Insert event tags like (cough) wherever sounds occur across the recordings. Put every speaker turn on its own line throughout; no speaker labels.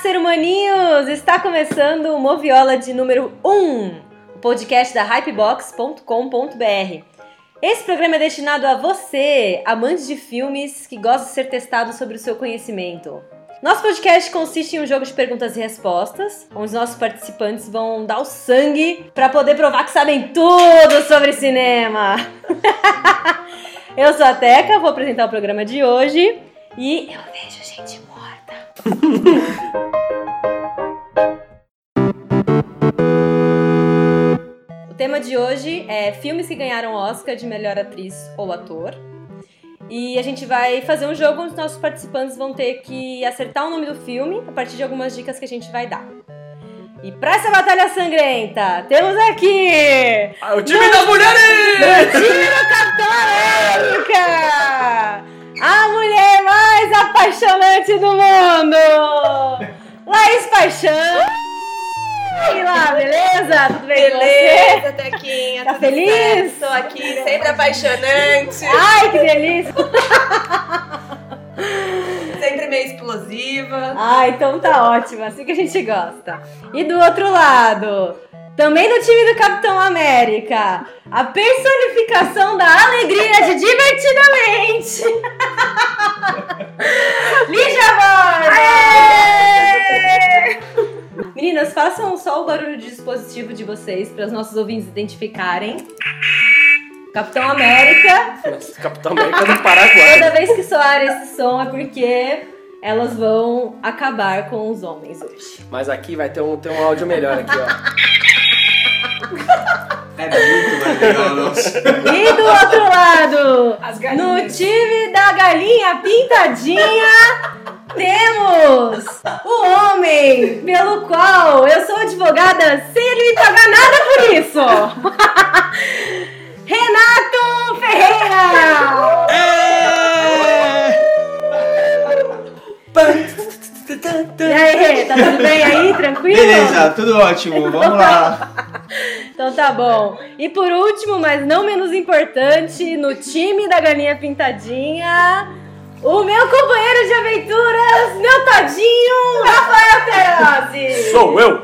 ser humaninhos! Está começando o Moviola de número 1, o podcast da hypebox.com.br. Esse programa é destinado a você, amante de filmes que gosta de ser testado sobre o seu conhecimento. Nosso podcast consiste em um jogo de perguntas e respostas, onde os nossos participantes vão dar o sangue para poder provar que sabem tudo sobre cinema. (laughs) Eu sou a Teca, vou apresentar o programa de hoje e eu vejo gente morta. o tema de hoje é filmes que ganharam Oscar de melhor atriz ou ator. E a gente vai fazer um jogo onde os nossos participantes vão ter que acertar o nome do filme a partir de algumas dicas que a gente vai dar. E pra essa batalha sangrenta, temos aqui
Ah, o time das mulheres!
Mentira Católica! A mulher mais apaixonante do mundo! Laís Paixão! E lá, beleza? Tudo bem com você?
Beleza, Tequinha.
Tá
tudo
feliz?
certo? Tô aqui, sempre apaixonante,
Ai, que delícia!
sempre meio explosiva.
Ah, então tá ótimo, assim que a gente gosta. E do outro lado, também do time do Capitão América, a personificação da alegria de divertidamente. (laughs) Lígia Borges! Meninas, façam só o barulho de dispositivo de vocês para os nossos ouvintes identificarem. Capitão América.
Nossa, Capitão América do Paraguai.
Toda vez que soar esse som é porque elas vão acabar com os homens hoje.
Mas aqui vai ter um, ter um áudio melhor aqui, ó.
É muito mais legal, nossa.
E do outro lado,
As
no time da galinha pintadinha, temos o homem pelo qual eu sou advogada sem me pagar nada por isso. (laughs) Renato Ferreira!
É!
E aí, Rê, tá tudo bem aí? Tranquilo?
Beleza, tudo ótimo, vamos lá.
Então tá bom. E por último, mas não menos importante, no time da Galinha Pintadinha, o meu companheiro de aventuras, meu tadinho, Rafael Terozzi.
Sou eu!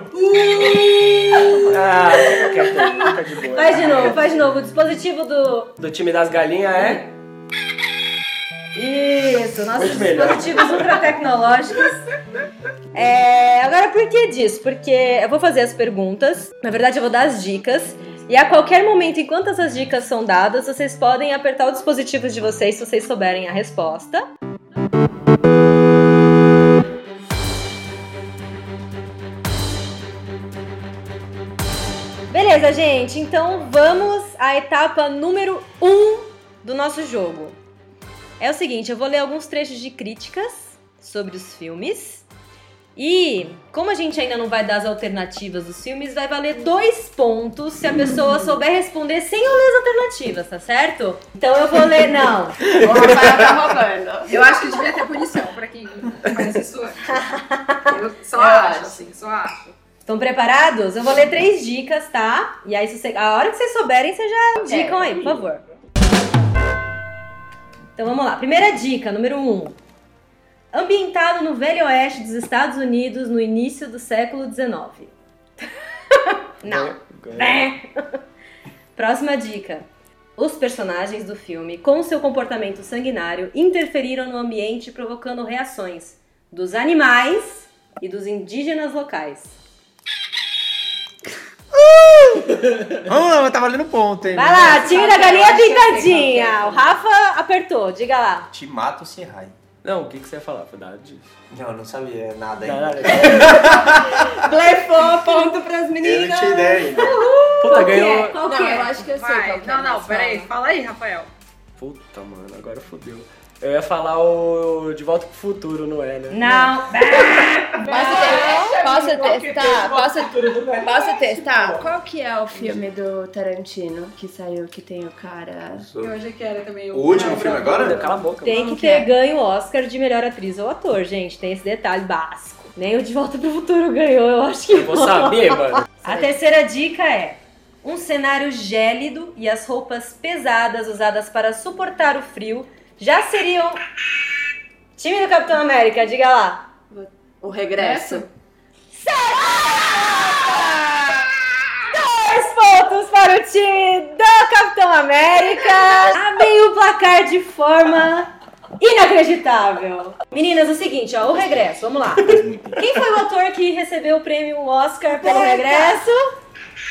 Ah, qualquer coisa, fica de boa.
Faz de novo, faz de novo. O dispositivo do...
Do time das galinhas é?
Isso, nossos
Muito melhor.
dispositivos ultra tecnológicos. É, agora, por que disso? Porque eu vou fazer as perguntas, na verdade eu vou dar as dicas, e a qualquer momento, enquanto essas dicas são dadas, vocês podem apertar o dispositivo de vocês se vocês souberem a resposta. Beleza, gente. Então vamos à etapa número 1 um do nosso jogo. É o seguinte, eu vou ler alguns trechos de críticas sobre os filmes. E como a gente ainda não vai dar as alternativas dos filmes, vai valer dois pontos se a pessoa souber responder sem eu ler as alternativas, tá certo? Então eu vou ler, não.
O Rafael tá roubando. Eu acho que devia ter punição pra quem faz
é
isso. Eu só acho, assim, só acho.
Estão preparados? Eu vou ler três dicas, tá? E aí, se você- a hora que vocês souberem, vocês já indicam aí, por favor. Então vamos lá. Primeira dica, número um. Ambientado no Velho Oeste dos Estados Unidos no início do século XIX. Não. Né? (laughs) Próxima dica. Os personagens do filme, com seu comportamento sanguinário, interferiram no ambiente provocando reações dos animais e dos indígenas locais.
Vamos lá, mas tá valendo ponto, hein?
Vai lá, time da galinha
Achei,
pintadinha.
achei.
O Rafa apertou, diga lá.
Te mato sem raio.
Não, o que, que você ia falar? Foi da dica.
Não, não sabia nada ainda.
Caralho.
Blefou, ponto pras
Eu não tinha
meninas.
ideia ainda.
Puta,
que é?
ganhou.
Qual que
Não, eu
é?
acho que eu sei qual
Vai,
que é,
não, não,
mas
peraí,
fala.
fala aí, Rafael.
Puta, mano, agora fodeu. Eu ia falar o De Volta pro Futuro, não é, né?
Não.
é, Posso, te- posso testar? Posso, posso testar? Qual que é o filme do Tarantino que saiu que tem o cara...
Eu já quero também.
O último filme agora?
Cala a boca.
Tem
Como
que
que
ter
é?
ganho o Oscar de melhor atriz ou ator, gente. Tem esse detalhe básico. Nem o De Volta pro Futuro ganhou, eu acho que
Eu vou saber, mano.
A terceira dica é: um cenário gélido e as roupas pesadas usadas para suportar o frio já seriam. Time do Capitão América, diga lá.
O regresso.
Dois pontos para o time do Capitão América. Abrem o placar de forma inacreditável. Meninas, é o seguinte, ó, o regresso, vamos lá. Quem foi o ator que recebeu o prêmio Oscar pelo regresso?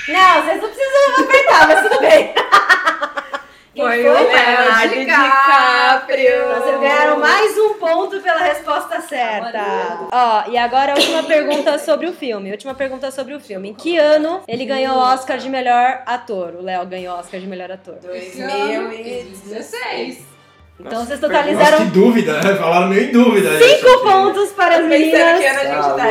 Não, vocês não precisam apertar, mas tudo bem. Quem foi?
Leonardo DiCaprio.
Então, Vocês ganharam mais um ponto pela resposta certa. Ó, e agora a última pergunta sobre o filme. Última pergunta sobre o filme. Em que ano ele ganhou o Oscar de melhor ator? O Léo ganhou o Oscar de melhor ator.
2016.
Então vocês
Nossa, que
totalizaram
dúvida, né? Falaram meio em dúvida.
cinco pontos para as
Pensando que
meninas.
ano a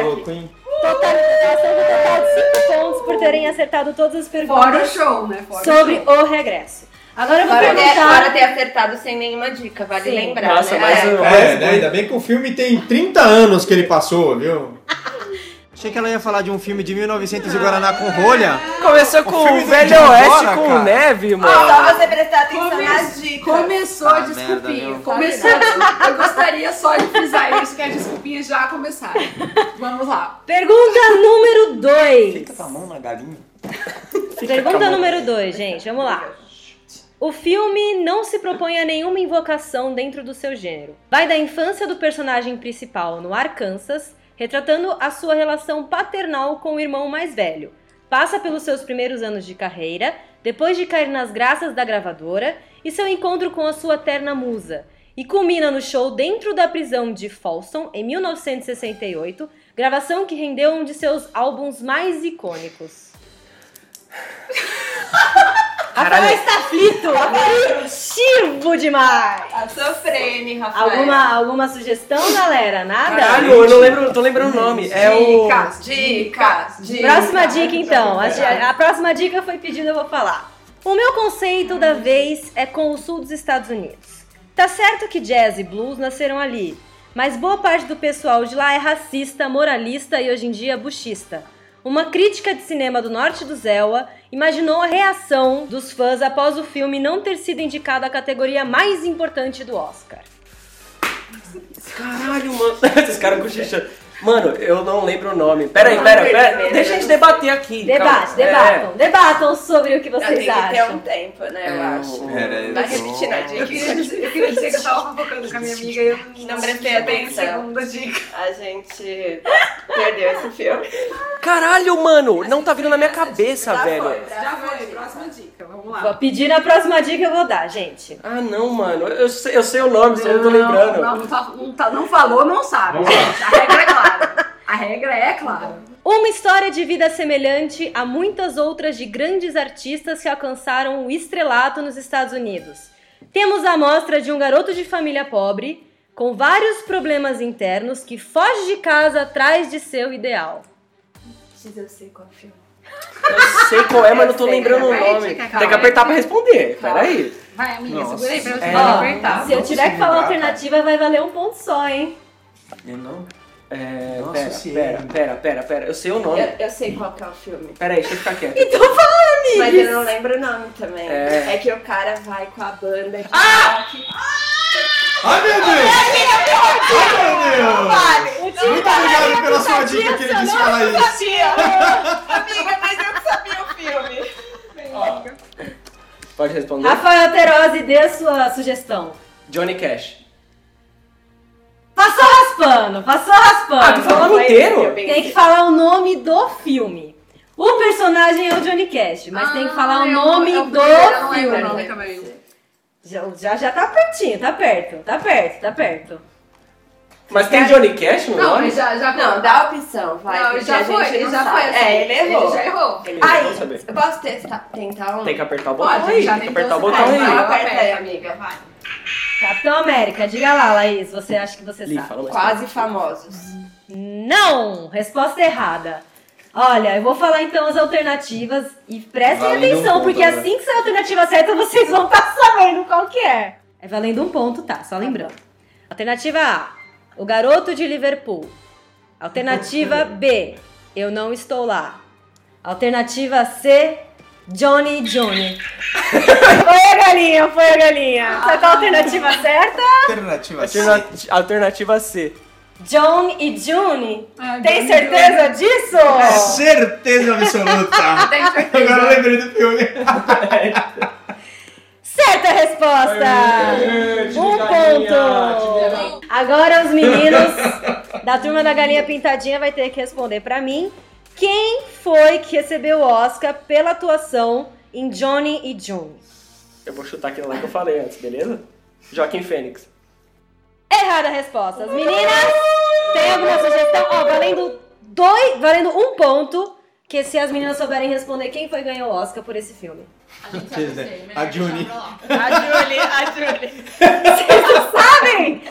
gente tá aqui.
hein?
Total, elas têm um total de cinco pontos por terem acertado todas as
Fora o
perguntas
show, né? Fora o
sobre
show.
o regresso. Agora eu vou
Fora ter, fora
perguntar.
ter acertado sem nenhuma dica, vale
Sim.
lembrar.
Nossa,
né?
mas
É.
o.
É, né? ainda bem que o filme tem 30 anos que ele passou, viu?
(laughs) Achei que ela ia falar de um filme de 1900 e Guaraná com rolha.
Começou
O
com
filme
o
do
Velho
Jack
Oeste
Bora,
com
cara.
neve, mano.
Ah,
Só você prestar atenção
é
nas dicas.
Começou
Ah,
a
merda,
desculpinha.
meu.
começou a desculpinha. Eu gostaria só de frisar isso, que as desculpinhas já começaram. Vamos lá.
Pergunta número dois.
Fica tá com a mão na galinha.
Pergunta número 2, gente, vamos lá. O filme não se propõe a nenhuma invocação dentro do seu gênero. Vai da infância do personagem principal no Arkansas, retratando a sua relação paternal com o irmão mais velho. Passa pelos seus primeiros anos de carreira, depois de cair nas graças da gravadora e seu encontro com a sua terna musa. E culmina no show dentro da prisão de Folsom em 1968, gravação que rendeu um de seus álbuns mais icônicos. Rafael está aflito, aflitivo demais.
Tá sofrendo, Rafael.
Alguma, alguma sugestão, galera? Nada?
Caralho, eu não lembro, não tô lembrando o nome. É o.
Dicas, dicas, dicas.
Próxima dica, então. A, a próxima dica foi pedida, eu vou falar. O meu conceito da vez é com o sul dos Estados Unidos. Tá certo que jazz e blues nasceram ali, mas boa parte do pessoal de lá é racista, moralista e hoje em dia buchista. Uma crítica de cinema do norte do Zewa imaginou a reação dos fãs após o filme não ter sido indicado à categoria mais importante do Oscar.
Caralho, mano. (laughs) Esses caras cochichando. Mano, eu não lembro o nome. Pera aí, pera, pera. Deixa a gente debater aqui.
Debate,
calma. É.
debatam, debatam sobre o que
Então, é. Tem
vocês
que ter
acham.
um tempo, né, eu
É,
acho.
Era,
Vai
né?
repetindo a
Eu
dica.
queria, dizer, eu queria dizer que eu tava fofocando com a minha amiga e eu não
Não prestei
tinha bem
atenção.
a segunda dica.
A gente perdeu esse filme.
Caralho, mano, não tá vindo na minha cabeça,
Já
velho.
foi.
Já foi, próxima dica, vamos lá.
um
Vou pedir na próxima dica, eu vou dar, gente.
Ah, não, mano. Eu sei, eu sei o nome, só não tô lembrando.
Não, não, tá- não tá- não falou, não sabe.
Vamos
gente. A regra é clara. A regra é clara.
Uma história de vida semelhante a muitas outras de grandes artistas que alcançaram o estrelato nos Estados Unidos. Temos a amostra de um garoto de família pobre, com vários problemas internos, que foge de casa atrás de seu ideal.
Eu sei qual filme.
Eu sei qual é, mas não tô
Eu sei,
lembrando o
calma aí,
nome.
dica, calma
Tem que
aí.
apertar pra responder. Pera
Calma.
aí.
Vai, amiga,
Nossa.
segura aí pra você
É.
não
Ó,
apertar.
se eu tiver que falar alternativa, vai valer um ponto só, hein?
Eu não?
É,
Nossa
pera,
Senhora.
pera, pera, pera, pera. Eu sei o nome.
Eu, eu sei qual que é o filme.
Pera aí, deixa eu ficar quieto.
Mas eu não lembro o nome também.
É.
É, que o cara vai com a banda de rock.
Ai, meu Deus! Ai, meu Deus! Muito obrigado pela sua dica, queridíssima Laís.
Amiga, mas eu não sabia o (laughs) filme.
Pode responder.
Rafael Terose, dê a sua sugestão.
Johnny Cash.
Passou raspando, passou raspando.
Ah, tu falou
Não foi esse
roteiro?
que eu pensei.
Tem que falar o nome do filme. O personagem é o Johnny Cash, mas tem que falar
Ah,
o
eu-
nome
eu-
do
Eu não é lembro o
filme.
nome também.
Já, já, já tá pertinho, tá perto, tá perto, tá perto.
Mas tem Johnny Cash no
Não,
nome?
mas já, já
Não, dá a opção, vai.
Não, ele
porque
já
a
foi,
gente
ele
não
já
sabe.
foi. assim.
É, ele errou.
Ele já errou.
Beleza, vamos
Aí,
saber.
eu posso testar, tentar um?
Tem que apertar o botão.
Pode,
aí,
já
tem que
tentou
apertar o
saber.
botão
Vai,
aí.
vai.
Aperta aí,
Aperta.
amiga, vai.
Capitão América, diga lá, Laís, você acha que você
Li,
sabe.
fala mais.
Quase famosos.
Não! Resposta errada. Olha, eu vou falar então as alternativas e prestem
Valendo
atenção,
um ponto
porque
agora.
assim que sair a alternativa certa, vocês vão estar (laughs) sabendo qual que é. É valendo um ponto, tá? Só lembrando. Alternativa A, o garoto de Liverpool. Alternativa B, eu não estou lá. Alternativa C, Johnny Johnny. (laughs) foi a galinha, foi a galinha. Você tá a alternativa certa?
Alternativa C.
Alterna- Alternativa C.
John e June.
Ah,
Tem
Johnny
certeza disso?
Certeza absoluta.
Tem certeza.
Agora eu lembrei do filme.
Certa resposta! Um ponto! Agora os meninos (laughs) da turma da Galinha Pintadinha vai ter que responder pra mim quem foi que recebeu o Oscar pela atuação em Johnny e June.
Eu vou chutar aquilo lá que eu falei antes, beleza? Joaquim Fênix.
Errada a resposta. As meninas, tem alguma sugestão? Ó, valendo dois, valendo um ponto, que se as meninas souberem responder quem foi que ganhou o Oscar por esse filme.
A gente sabe isso aí, melhor
A Juni.
deixar pra lá.
A Julie, a Julie.
Sabem?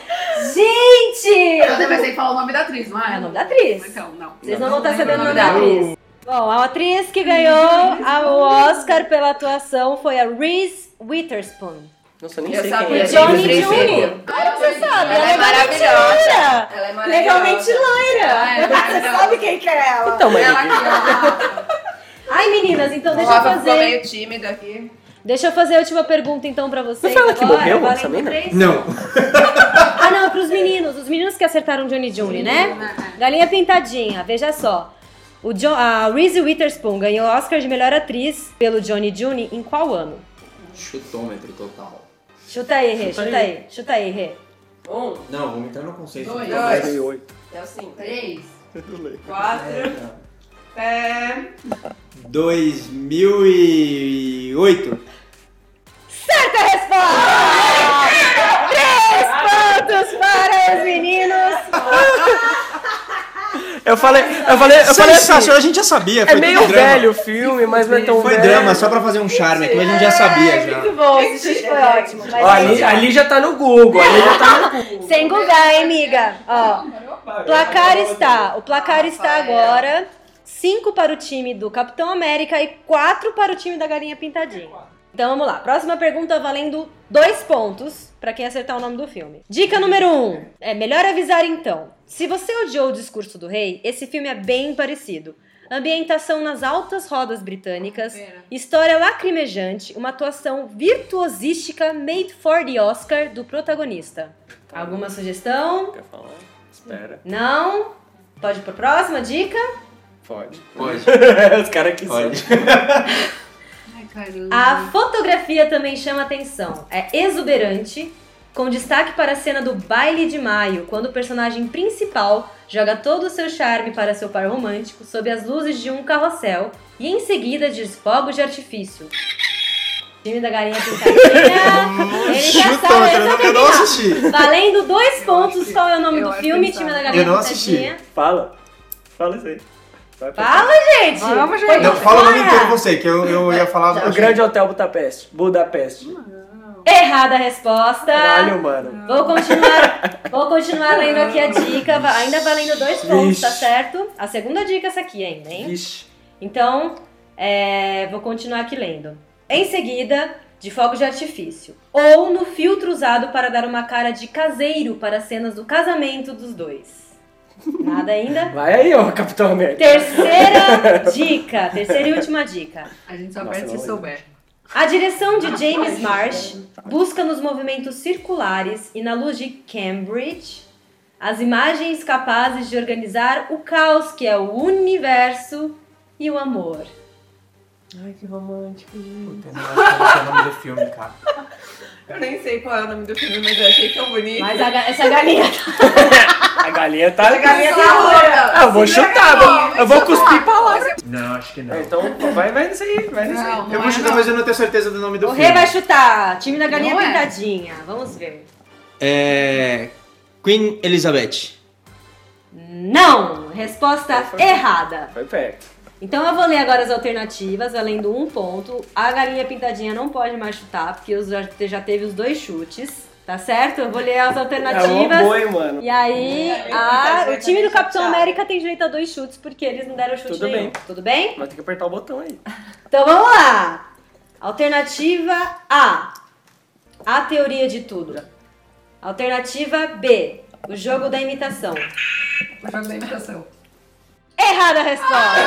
Gente!
Eu também sei falar o nome da atriz, não é?
É o nome da atriz.
Então, não.
Vocês não vão estar
lembro
sabendo o nome da
dela.
atriz. Bom, a atriz que ganhou a- o Oscar pela atuação foi a Reese Witherspoon.
Nossa, eu nem
Eu
sei
sabia.
quem é.
Eu
Johnny
lembrei
e June.
dele.
Ah, você sabe, ela
Ela é
é legalmente
maravilhosa.
loira.
Ela é maravilhosa.
Legalmente
Ah, é
loira.
Você sabe quem que é ela?
Então, mas...
Ela que
Ai, meninas, então deixa eu
Ela ficou
fazer.
meio tímida aqui.
Deixa eu fazer a última pergunta então pra vocês.
Não foi ela que
agora,
morreu,
valendo
essa mina?
três.
Não.
Ah, não, é pros meninos. Os meninos que acertaram Johnny June, né? Galinha Pintadinha, veja só. O Jo- a Reese Witherspoon ganhou o Oscar de melhor atriz pelo Johnny June em qual ano?
Chutômetro total.
Chuta aí, Rê,
Chuta
chuta
aí.
aí, chuta aí, Rê.
Um,
Não, vamos entrar no conceito.
Dois.
Não, mas-
2008.
deu cinco.
Três.
Quatro. É...
2008.
Certa resposta! Três pontos para os meninos!
Eu falei, eu falei, eu falei assim,
a gente já sabia.
é
foi
meio
tudo drama.
velho o filme, mas não é tão
Foi
velho.
drama, só pra fazer um charme aqui, mas a gente já sabia já.
Muito
É.
bom, esse chute foi ótimo. Mas
Ó, ali, ali já tá no Google, ali já tá no Google.
Sem googar, hein, miga? Ó, placar está. O placar está agora 5 para o time do Capitão América e 4 para o time da Galinha Pintadinha. Então vamos lá. Próxima pergunta valendo dois pontos para quem acertar o nome do filme. Dica número 1. Um, é melhor avisar então. Se você odiou o discurso do rei, esse filme é bem parecido. Ambientação nas altas rodas britânicas,
Pera.
história lacrimejante, uma atuação virtuosística made for the Oscar do protagonista. Tá. Alguma sugestão?
Quer falar? Espera.
Não? Pode ir pra próxima dica?
Pode.
Pode,
(laughs) Os caras que
pode.
são.
Ai, caramba.
A fotografia também chama atenção. É exuberante, com destaque para a cena do baile de maio, quando o personagem principal joga todo o seu charme para seu par romântico sob as luzes de um carrossel e em seguida diz fogos de artifício. Time da galinha
(laughs)
pintadinha. Ele já sabe,
Chutômetro,
ele sabe
eu não
adivinhar.
assisti.
Valendo dois
Eu
pontos,
acho que-
qual é o nome
eu
do
acho
filme,
que
time da
sabe.
galinha
Eu não assisti.
pintadinha?
Fala. Fala isso aí. Vai pra-
Fala, gente!
Vamos, gente.
Foi
Não,
muito
fala o nome
fora.
inteiro você, que eu, eu ia falar.
Tá,
um
O Grande Hotel Budapeste. Budapeste.
Errada a resposta.
Caralho, mano.
Vou continuar, vou continuar lendo aqui a dica, va- ainda valendo dois pontos,
Vixe.
tá certo? A segunda dica é essa aqui ainda, hein?
Vixe.
Então, é, vou continuar aqui lendo. Em seguida, de fogos de artifício. Ou no filtro usado para dar uma cara de caseiro para as cenas do casamento dos dois. Nada ainda?
Vai aí, ô Capitão América.
Terceira dica, terceira e última dica.
A gente só
Nossa,
perde se
não.
souber.
A direção de James Marsh busca nos movimentos circulares e na luz de Cambridge as imagens capazes de organizar o caos que é o universo e o amor.
Ai, que romântico.
Eu não acho que é o nome do filme, cara.
Eu nem sei qual é o nome do filme, mas eu achei tão bonito.
Mas a ga- essa galinha.
A galinha tá.
A galinha tá louca.
Ah, eu vou chutar, vou- eu vou cuspir pra lá.
Não, acho que não.
É, então, vai, vai nisso aí, vai nisso aí.
Não, não
Eu
é,
vou chutar,
não.
mas eu não tenho certeza do nome do
O
filme.
rei vai chutar. Time da galinha
Não é.
pintadinha. Vamos ver.
É. Queen Elizabeth.
Não! Resposta errada.
Foi perto.
Então eu vou ler agora as alternativas, valendo um ponto. A galinha pintadinha não pode mais chutar, porque os- já te- já teve os dois chutes, tá certo? Eu vou ler as
É um
alternativas.
boi, mano.
E aí,
Galinha
a- o time
Pintadinha
do
também
Capitão
chutar.
América tem direito a dois chutes, porque eles não deram chute
Tudo
nenhum.
bem.
Tudo bem?
Mas tem que apertar o botão aí.
Então vamos lá! Alternativa A. A teoria de tudo. Alternativa B. O jogo da imitação.
O jogo da imitação.
Errada a resposta!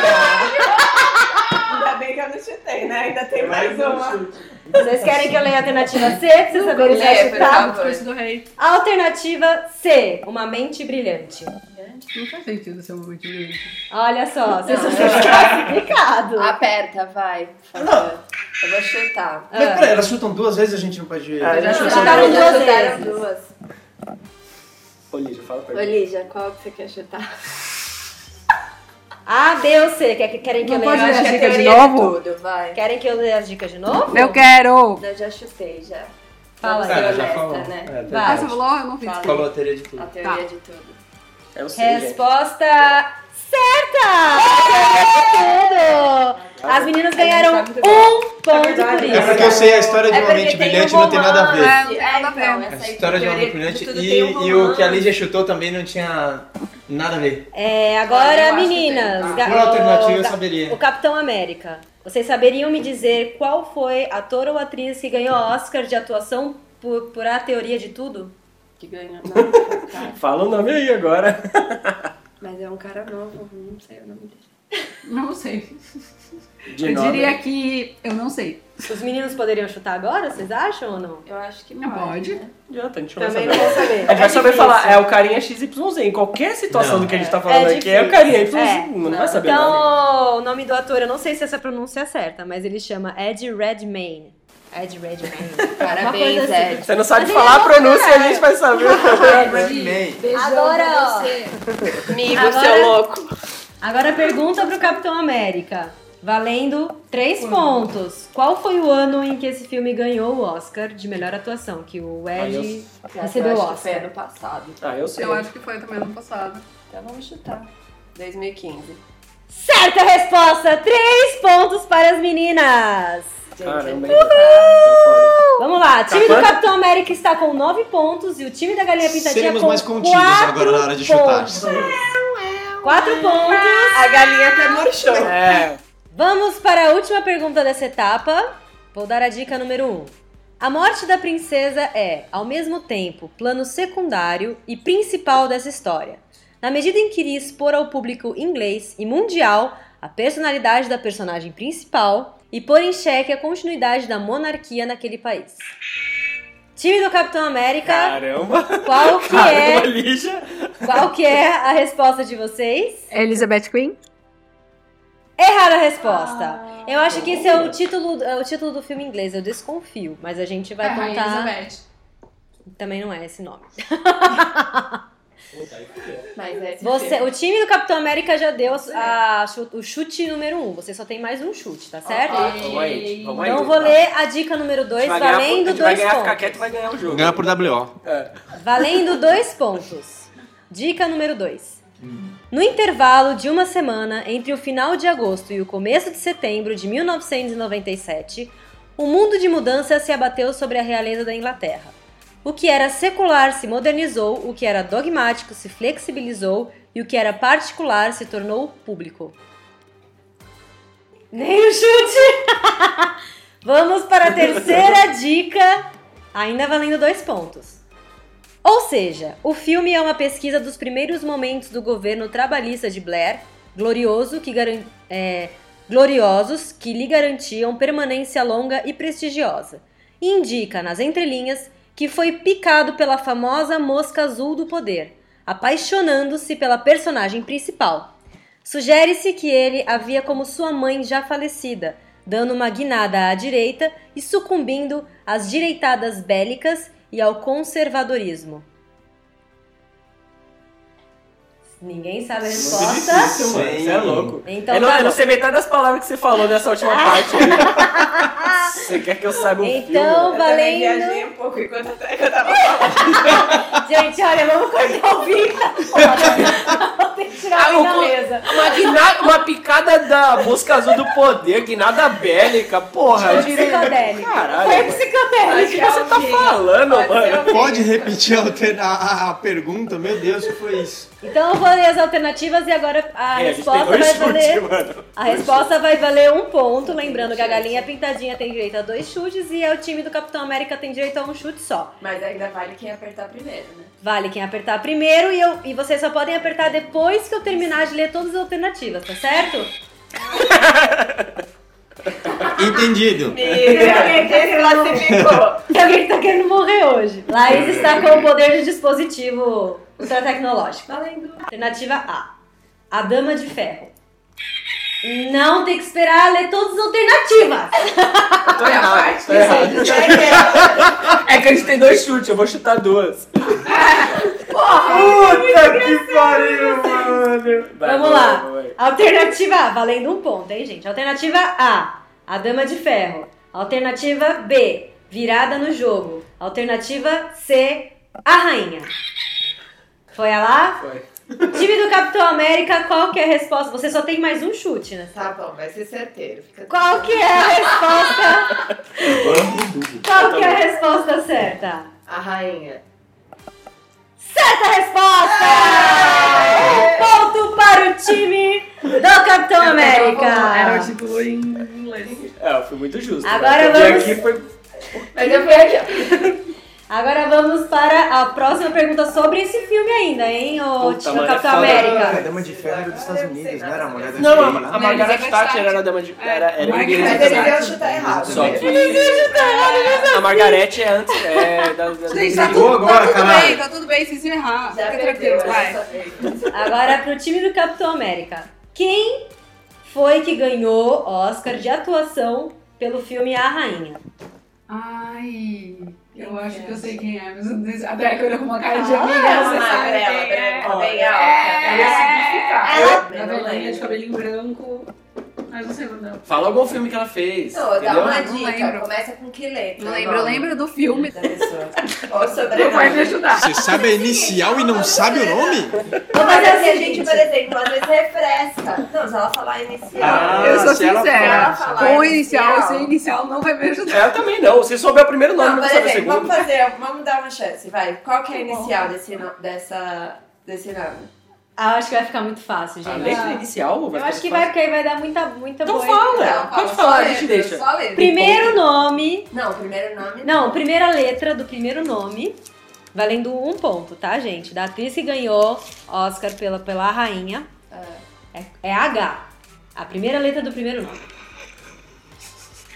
Ainda bem que eu não chutei, né? Ainda tem mais uma.
Vocês querem que eu leia a alternativa C pra vocês saberem se
tá
Lê,
é
por
chutar?
favor.
do rei.
Alternativa C, uma mente brilhante.
Não faz sentido ser um momento brilhante.
Olha só, vocês são (laughs) classificados.
Aperta, vai. por favor.
Não.
Eu vou
Ah.
chutar.
Mas peraí, elas chutam duas vezes e a gente não pode.
Ah, já
chutei.
chutaram
Já
duas
chutaram
vezes. duas.
Ô, Lígia, fala pra
Ô,
mim.
Lígia, qual que você quer chutar?
A, B ou C? Quer- Querem que eu
Não
leia?
pode ler.
as-
a
assim
é
dica de
teoria
novo?
tudo, vai.
Querem que eu leia as dicas de novo?
Eu quero!
Eu já chutei, já.
Fala.
Vamos ser
É, já
honesta,
falou.
né?
tá.
É,
Vai.
Ah, você falou? Eu não fiz.
Fala.
Falou a teoria de tudo.
Ah,
A teoria
Tá.
de tudo.
É o C, gente.
Resposta certa! Tudo! As meninas ganharam
sabe muito
um ponto
verdade,
por
É
isso.
porque eu sei a história de
É
uma
porque
mente
tem um
brilhante não tem nada a ver.
É,
romance. É, não tem nada a ver.
então,
A
essa
história de uma
teoria
mente brilhante
de tudo
e,
tem um
e o que a
romance.
Lígia chutou também não tinha nada a ver.
É,
Ah,
agora,
eu acho que
meninas.
tem. Ah,
ga-
Por alternativa eu
o- Tá, O
saberia.
Capitão América. Vocês saberiam me dizer qual foi ator ou atriz que ganhou Oscar de atuação por, por A Teoria de Tudo?
que ganhou. Não, tá.
Fala o nome aí agora.
Mas é um cara novo, não sei o nome dele.
Não sei.
De
eu
nome.
diria que. Eu não sei.
Os meninos poderiam chutar agora, vocês acham ou não?
Eu acho que
Não pode.
Não adianta, a gente não vai
Também
saber.
não vou saber.
A gente vai saber
difícil.
falar, é o carinha XYZ. Em qualquer situação
Não.
do que a gente tá falando
É
aqui, é
difícil.
o carinha YZ.
É.
Não, vai saber o nome.
Então, o nome do ator, eu não sei se essa pronúncia é certa, mas ele chama Ed Redmayne. Ed
(laughs)
Redmayne. Uma
Parabéns,
coisa assim.
Ed.
Você não sabe
Mas ele
falar
é
a
bom,
pronúncia, a
caralho.
gente vai saber.
Tá,
(laughs)
Redman.
Agora, ó.
Amigo,
Agora-
é
seu louco.
Agora pergunta pro Capitão América. Valendo três pontos. Qual foi o ano em que esse filme ganhou o Oscar de melhor atuação? Que o
Aí eu-
Ed recebeu o
Eu acho que foi
Oscar.
ano passado.
Ah, eu sei.
Eu acho que foi também ano passado.
Então vamos chutar. 2015.
Certa resposta! Três pontos para as meninas!
Caramba, hein? Tá foda.
Vamos lá, o time do
quanto?
Capitão América está com nove pontos e o time da Galinha Pintadinha
Seremos
tá com
mais contidos
quatro
agora na hora de chutar.
pontos. Quatro pontos.
A galinha até murchou.
Tá.
É,
Vamos para a última pergunta dessa etapa. Vou dar a dica número um. A morte da princesa é, ao mesmo tempo, plano secundário e principal dessa história. Na medida em que iria expor ao público inglês e mundial a personalidade da personagem principal e pôr em xeque a continuidade da monarquia naquele país. Time do Capitão América,
caramba.
qual que é
Caramba, Lígia.
qual que é a resposta de vocês?
É Elizabeth Queen?
Errada a resposta.
Ah,
eu acho que esse é o título, é o título do filme em inglês, eu desconfio, mas a gente
É,
vai contar.
Ah. Elizabeth.
Também não é esse nome.
Mas é esse
Você,
filme.
o time do Capitão América já deu a chu- o chute número um. Você só tem mais um chute,
Ah,
tá certo?
Ok.
Vamos aí, vamos aí.
Então vou ler a dica número
A gente
2,
vai ganhar- a
valendo
gente vai
dois
ganhar, ficar
pontos.
quieto e vai ganhar o jogo.
Ganhar por WO.
Valendo dois pontos. Dica número 2. No intervalo de uma semana entre o final de agosto e o começo de setembro de 1997, o mundo de mudanças se abateu sobre a realeza da Inglaterra. O que era secular se modernizou, o que era dogmático se flexibilizou e o que era particular se tornou público. Nem o chute! (laughs) Vamos para a terceira dica, ainda valendo dois pontos. Ou seja, o filme é uma pesquisa dos primeiros momentos do governo trabalhista de Blair, glorioso que garan- é, gloriosos que lhe garantiam permanência longa e prestigiosa. E indica, nas entrelinhas, que foi picado pela famosa mosca azul do poder, apaixonando-se pela personagem principal. Sugere-se que ele havia como sua mãe já falecida, dando uma guinada à direita e sucumbindo às direitadas bélicas e ao conservadorismo. Ninguém sabe a resposta.
Isso, mano, você é louco.
Então Ah.
eu, não,
tá
eu não
bom.
sei metade das palavras que você falou nessa última
(laughs)
parte. aí. você quer que eu saiba um
Então,
Eu também
valendo.
viajei um pouco enquanto eu tava falando.
Gente, olha, vamos cortar o vídeo. Vou ter que tirar
Ah,
alguém da
o-
mesa.
filme? Uma, guinada, uma picada da mosca azul do poder, guinada bélica, porra. Eu direi...
Psicodélico. Foi
Caralho, o que
psicodélico.
você tá falando,
um
mano?
Pode repetir a, alter- a- a- a pergunta? Meu Deus, o que foi isso?
Então eu vou ler as alternativas e agora a
É, a gente tem
resposta
dois
vai
chutes,
valer.
mano.
A resposta vai valer um ponto. Lembrando que a galinha pintadinha tem direito a dois chutes e é o time do Capitão América tem direito a um chute só.
Ah,
Mas ainda vale quem apertar primeiro, né?
Vale quem apertar primeiro e, eu, e vocês só podem apertar depois que eu terminar de ler todas as alternativas, tá certo?
Entendido.
Amiga, (laughs) desclassificou.
Tem alguém que tá querendo morrer hoje. Laís está com o poder de dispositivo ultratecnológico. Valendo. Alternativa A. A Dama de Ferro. Não tem que esperar ler todas as alternativas.
Eu
né?
tô errado, tô
É a
errado.
parte que você diz, né?
É que a gente tem dois chutes, eu vou chutar duas.
é
Puta que pariu, mano.
Vai,
Vamos
vai,
lá.
vai, vai.
Alternativa A. Valendo um ponto, hein, gente? Alternativa A. A Dama de Ferro. Alternativa B. Virada no jogo. Alternativa C. A Rainha. Foi a lá?
Foi.
Time do Capitão América, qual que é a resposta? Você só tem mais um chute, né?
Tá bom, vai ser certeiro. Fica
Qual que é
(laughs)
a resposta? Qual que é a resposta certa?
A rainha.
Certa resposta! Um ponto para o time do Capitão
Era o
América!
título Tipo, em inglês.
É, eu fui muito justo.
Agora
né?
vamos-
E aqui foi
Mas eu fui aqui, ó.
Agora vamos para a próxima pergunta sobre esse filme ainda, hein, ô
Puta,
time do
mano,
Capitão
é foda,
América?
A dama de ferro era dos Estados Unidos, não era a mulher da né?
Não, a,
Estrela,
a
não.
é
Margaret
Elizabeth
Thatcher
Thatcher.
era dama de. Era, era
Margaret
inglesa
Mas
também.
eles iam chutar errado.
Só
né?
que.
um
A Margaret é antes. É, da, da,
Gente,
da-
tá
ligou
tudo,
agora,
tá tudo
caralho?
bem, tá tudo bem, vocês iam errar.
Já
Fica
perdeu. né?
tranquilo, vai.
essa vez.
Agora para o time do Capitão América. Quem foi que ganhou Oscar de atuação pelo filme A Rainha?
Ai, eu
Quem
acho
é?
que eu sei quem é, mas eu não sei- até que eu olho com uma cara de
Ah,
amiga,
ela
você
é
sabe
magrela,
quem é.
branca, bem
É.
alta.
Na
Ela-
verdade, um de cabelinho branco. Mas não sei o nome.
Fala algum filme que ela fez.
Não, dá
entendeu?
uma
Não
dica.
lembro.
Começa com que letra?
Não lembro, eu
Nome
lembro do filme.
Da pessoa. Ou
Não vai me
sobrenome.
ajudar.
Você sabe a inicial e não sabe o nome?
Vou fazer assim, a gente, por exemplo, às vezes refresca. Não, se ela falar inicial.
Ah,
eu sou
se ela
sincera.
falar-
Com o inicial,
inicial.
sem inicial não vai me ajudar.
É, eu também não. Se souber o primeiro nome,
Não,
não,
por
sabe o
exemplo, vamos
segundo.
fazer, vamos dar uma chance, vai. Qual que é a inicial desse, no- dessa, desse nome?
Ah, eu acho que vai ficar muito fácil,
A
gente.
letra Ah, inicial?
Eu
ficar
acho que vai,
fácil.
porque aí vai dar muita, muita
Então
boa.
fala.
Não, fala
pode falar,
só
a gente
letra,
deixa.
Só letra.
Primeiro nome.
Não, o primeiro nome.
Não, primeira letra do primeiro nome. Valendo um ponto, tá, gente? Da atriz que ganhou Oscar pela, pela rainha. É, é H. A primeira letra do primeiro nome. Não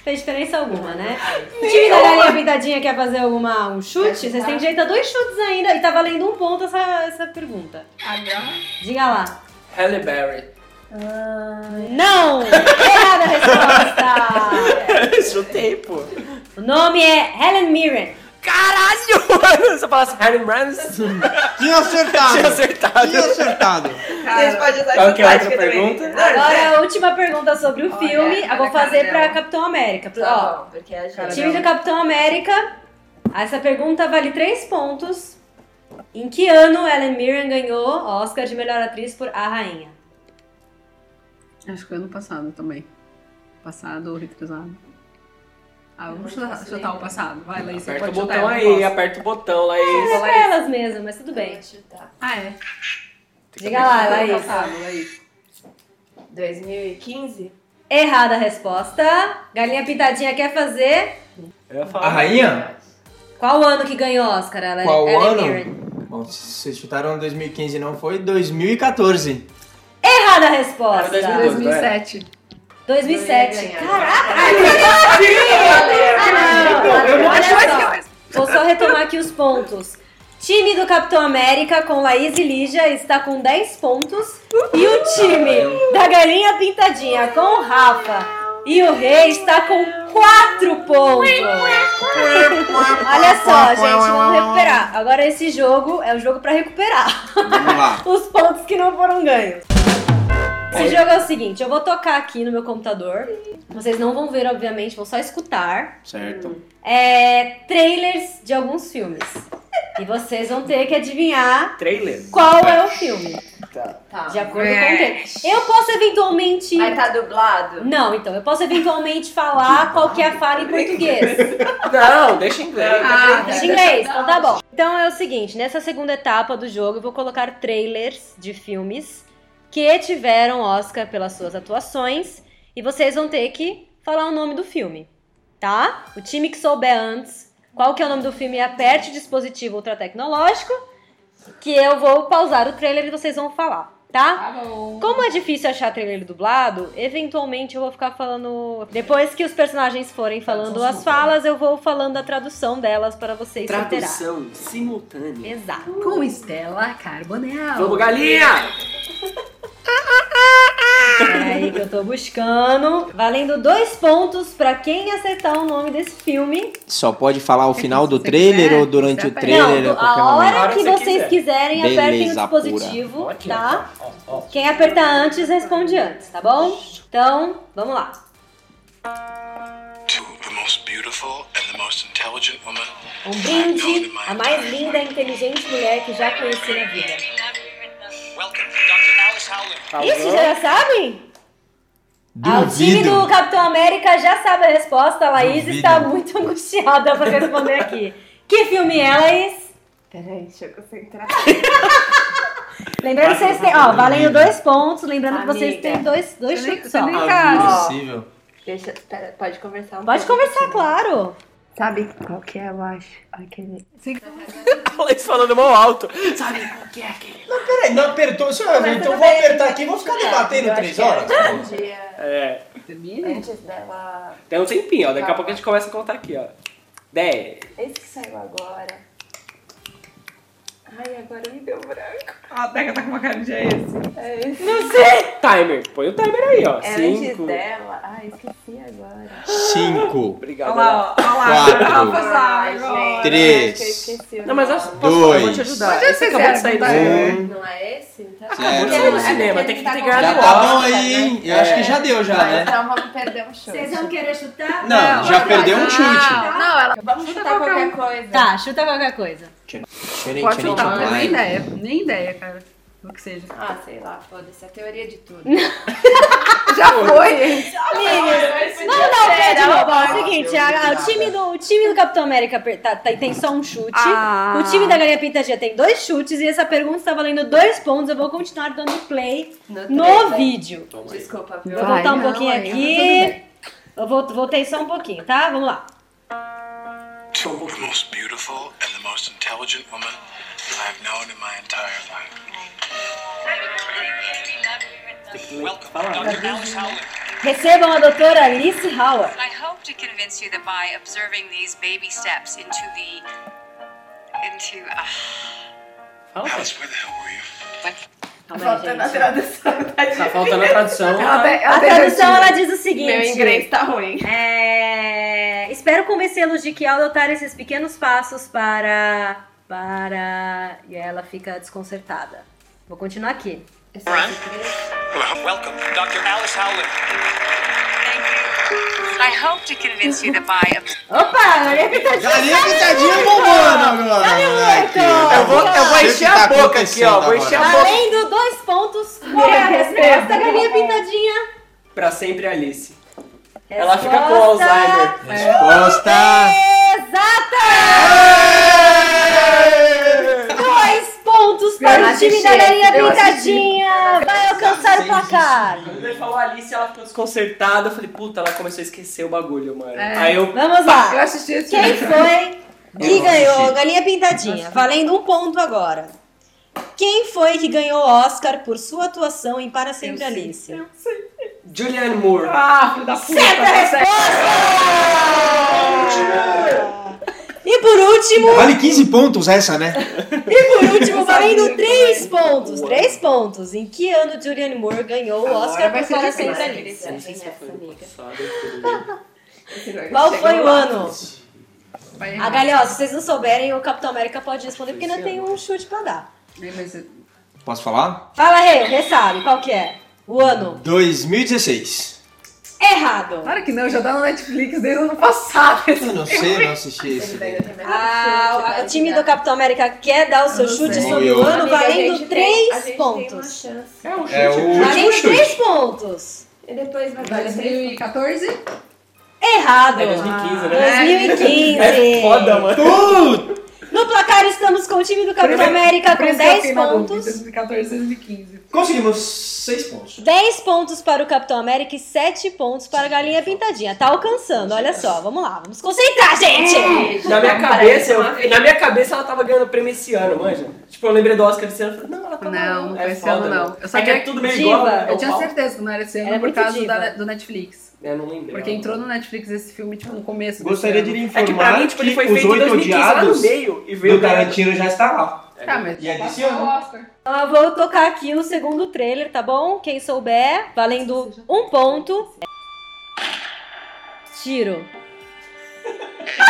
Fez diferença alguma, né? O time da galinha pintadinha quer fazer alguma, um chute? Vocês têm direito a dois chutes ainda. E tá valendo um ponto essa, essa pergunta.
Agora,
Diga lá.
Halle Berry.
Não! Errada a resposta!
(laughs) Chutei, pô.
O nome é Helen Mirren.
Caralho! (laughs) Se eu falasse Halle Berry,
Tinha acertado.
tinha acertado.
Tinha acertado.
Vocês podem usar
Qual
essa
que é a outra
tática também.
pergunta?
Não,
Agora a última pergunta sobre o
Olha,
filme. Eu
olha
vou
a cara
fazer pra
dela.
Capitão América. Pro-
Tá
Ó,
bom, porque a gente...
time do Capitão América. Essa pergunta vale três pontos. Em que ano Ellen Mirren ganhou o Oscar de melhor atriz por A Rainha?
acho que foi ano passado também. Passado ou retrasado. Ah, vamos
Não
chutar,
faço
chutar o passado. Vai, Laís, você
Aperta o
pode
botão
chutar. eu não
aí,
posso.
aperta o botão, Laís.
É pra elas mesmo, mas tudo bem.
Chutar.
Ah, é.
Diga lá,
Ano
Laís.
passado, Laís.
2015?
Errada a resposta. Galinha Pintadinha quer fazer.
Eu ia falar.
A rainha?
Qual ano que ganhou o Oscar, Ellen,
Qual
Ellen
ano?
Mirren?
Bom, se vocês chutaram 2015 não foi, 2014.
Errada a resposta.
Era 2012.
2007.
2007.
Ganhar.
Caraca! Não, olha só.
Depois que eu-
Vou só retomar aqui os pontos. Time do Capitão América com Laís e Lígia está com 10 pontos. E o time da Galinha Pintadinha com o Rafa e o Rei está com 4 pontos. Olha só, gente, um vamos recuperar. Agora esse jogo é um jogo para recuperar (laughs)
Vamos lá.
os pontos que não foram ganhos. Esse jogo é o seguinte, eu vou tocar aqui no meu computador. Vocês não vão ver, obviamente, vão só escutar
Certo.
é, trailers de alguns filmes. E vocês vão ter que adivinhar
Trailer.
qual é o filme,
Tá.
de acordo com o trailer. Eu posso eventualmente.
Vai estar dublado?
Não, então, eu posso eventualmente falar qual que é a fala em português.
Não, deixa em inglês.
é.
Ah,
Em inglês, então tá bom. Então é o seguinte, nessa segunda etapa do jogo, eu vou colocar trailers de filmes que tiveram Oscar pelas suas atuações. E vocês vão ter que falar o nome do filme, tá? O time que souber antes qual que é o nome do filme, aperte o dispositivo ultratecnológico, que eu vou pausar o trailer e vocês vão falar. tá?
Tá bom.
Como é difícil achar trailer dublado, eventualmente eu vou ficar falando. Depois que os personagens forem falando as falas, eu vou falando a tradução delas para vocês se inteirar.
Tradução simultânea.
Exato.
Com Estela Carbonel.
Vamos, galinha!
Peraí que eu tô buscando. Valendo dois pontos pra quem acertar o nome desse filme.
Só pode falar o
que
final
se
do
você
trailer
quiser,
ou durante
você
o
aperta.
trailer,
Não,
a qualquer
a
momento.
A
hora
hora
que
que você
vocês
quiser.
quiserem, apertem o
Beleza pura.
dispositivo,
Ótimo.
tá?
Ó, ó.
Quem apertar antes, responde antes, tá bom? Então, vamos lá.
to the most beautiful and the most intelligent woman.
Um brinde à mais linda e inteligente mulher que já conheci na vida.
Welcome, Dr. Alice Howland.
Isso, já sabem? Ah, o time
Duvido.
do Capitão América já sabe a resposta. A Laís
Duvido.
está muito angustiada pra responder aqui. Que filme é, Laís?
Peraí, deixa eu concentrar.
Lembrando que vocês têm... Ó, valendo dois pontos. Lembrando que vocês
Amiga.
têm dois, dois
Você nem-
chutes
você
só.
Ah,
nem- tá-
Ó.
Impossível.
Deixa, pera, pode conversar um
Pode
pouco.
conversar, claro.
Sabe qual que é, eu acho? Aquele...
Fala isso falando mal alto.
Peraí, É, não apertou. Senhor,
Mas
então
tudo
vou
bem,
apertar
tudo
aqui e
bem,
vou ficar
tudo
debatendo
bem.
três
Eu acho
horas. tá
que era um dia
É,
Termine?
antes dela...
tem um tempinho, ó. Daqui a pouco a gente começa a contar aqui, ó. 10.
Esse que saiu agora. Ai, agora me deu branco.
Ah,
A Teca tá com uma cara de é esse.
É esse.
Timer. Põe o timer aí, ó.
Era É antes
5.
dela. Ai, esqueci agora.
Cinco,
Obrigado.
Olha lá, ó. Olha
Quatro.
lá. Rafa
Ai,
sabe
gente,
agora.
acho
Três.
que eu esqueci o
Não, mas eu
nome.
posso, eu vou
Dois.
te ajudar.
Mas já
Esse acabou de sair do
fizeram,
cinema.
um.
Não é esse? Então...
Acabou de
Zero.
sair do
É
cinema.
porque
Tem que
ele tá
ter
com
Já
ganhado
Obrigado,
tá
Oscar,
bom
o
aí,
né?
hein? Eu acho que já deu já,
Mas
né?
então vamos perder um chute.
querer chutar?
Não, já perdeu um chute.
Não, não, ela
Vamos chutar qualquer coisa.
Tá, chuta qualquer coisa.
Diferente,
pode
diferente
chutar, não tenho
online.
nem ideia. Nem ideia, cara. Do que seja.
Ah, sei lá, foda-se. A teoria de tudo.
Já foi!
Vamos dar o pé de novo. ó. É o seguinte,
eu
a-
não
a- o,
vi
time do, o time do Capitão América per- tá- tá- tem só um chute.
Ah.
O time da Galinha Pintadinha tem dois chutes. E essa pergunta está valendo dois pontos. Eu vou continuar dando play no
trailer.
vídeo.
Desculpa, viu?
Vou voltar um
não,
pouquinho
aí,
aqui. Eu vol- voltei só um pouquinho, tá? Vamos lá.
To the most beautiful and the most intelligent woman I've known in my entire life. Welcome, Dr. Alice Howland.
Recebam a doutora Alice Howard.
I hope to convince you that by observing these baby steps into the into uh,
um
Alice, where the hell were you?
Faltando a tradução.
É
Tá
Tá
difícil.
faltando a tradução.
A tradução
é
ela diz o seguinte.
Meu inglês tá ruim.
É, Espero convencê-los de que ao adotar esses pequenos passos para. para. E ela fica desconcertada. Vou continuar aqui.
Welcome, Dr. Alice Howland.
thank you. I hope to convince you that by observing
Opa, Maria Pitadinha!
Galinha pitadinha bombando agora. moleque.
Eu vou, eu vou
Sei o que
encher
tá
a boca aqui, ó. Vou
acontecendo
encher a boca.
Além do dois pontos, qual é a resposta, Galinha Pintadinha?
Pra sempre Alice. Ela fica com Alzheimer.
É. Resposta.
Exata! Dois pontos para o time da Galinha Pintadinha! Vai alcançar o placar!
Tá
Quando ele falou Alice, ela ficou desconcertada. Eu falei, puta, ela começou a esquecer o bagulho, mano.
É.
Aí eu.
Vamos
Eu
lá!
assisti esse
Quem
filme.
foi que
Eu
ganhou
assisti.
Galinha Pintadinha? Valendo um ponto agora. Quem foi que ganhou o Oscar por sua atuação em Para Sempre Alice?
Julianne Moore.
Ah, filho da puta.
Certa
é
E por último,
Vale 15 pontos essa, né?
e por último, valendo três pontos. Três pontos. Em que ano Julianne Moore ganhou o Oscar
vai
por
ser
Para
difícil.
Sempre Alice?
Passado, eu
Qual foi o ano?
Vai
A
errar.
galera, ó, se vocês não souberem, o Capitão América pode responder, porque não tem um chute pra dar.
É, mas
Posso falar?
Fala, Rê, Rê sabe qual que é? O ano
2016.
errado.
Claro que não, já tá no Netflix desde o ano passado.
Eu não sei, eu não assisti esse. daí.
Ah, o time do Capitão América quer dar o seu chute
sei.
sobre o
Eu-
ano,
Amiga, a
valendo
gente tem- a gente
três
tem uma
pontos.
chance.
um
É o último
Valendo
chute.
três pontos.
E depois vai valer três.
2014?
Errado.
É 2015, né?
2015.
É foda, mano.
Puta!
No placar estamos com o time do Capitão América com 10 pontos.
2014, 2015.
Conseguimos seis pontos.
10 pontos para o Capitão América e 7 pontos para a Galinha Pintadinha. Tá alcançando, olha só. Vamos lá, vamos concentrar,
Hum.
gente!
Na minha cabeça,
Parece
eu-
uma vez.
na minha cabeça ela tava ganhando prêmio esse ano, manja. Tipo, eu lembrei do Oscar esse ano e falei, não, ela tá
Não, não
é
foi esse
foda,
ano, não.
né?
Eu
É que
sabia
é tudo meio
Diva.
igual. né? É
Eu
o
tinha
pau.
certeza que não era esse ano
Era
por
muito
causa
diva.
da- do Netflix.
É, não lembrei.
Porque entrou no Netflix esse filme, tipo, no começo desse
Gostaria de
ano.
lhe informar
É que pra mim, tipo, ele foi
que os
feito em
oito
2015, lá no
odiados
meio, e veio
do Tarantino já está lá.
Tá, mas...
E é desse
Passou o
ano.
Oscar.
Então eu vou tocar aqui o segundo trailer, tá bom? Quem souber, valendo um ponto. Tiro.
The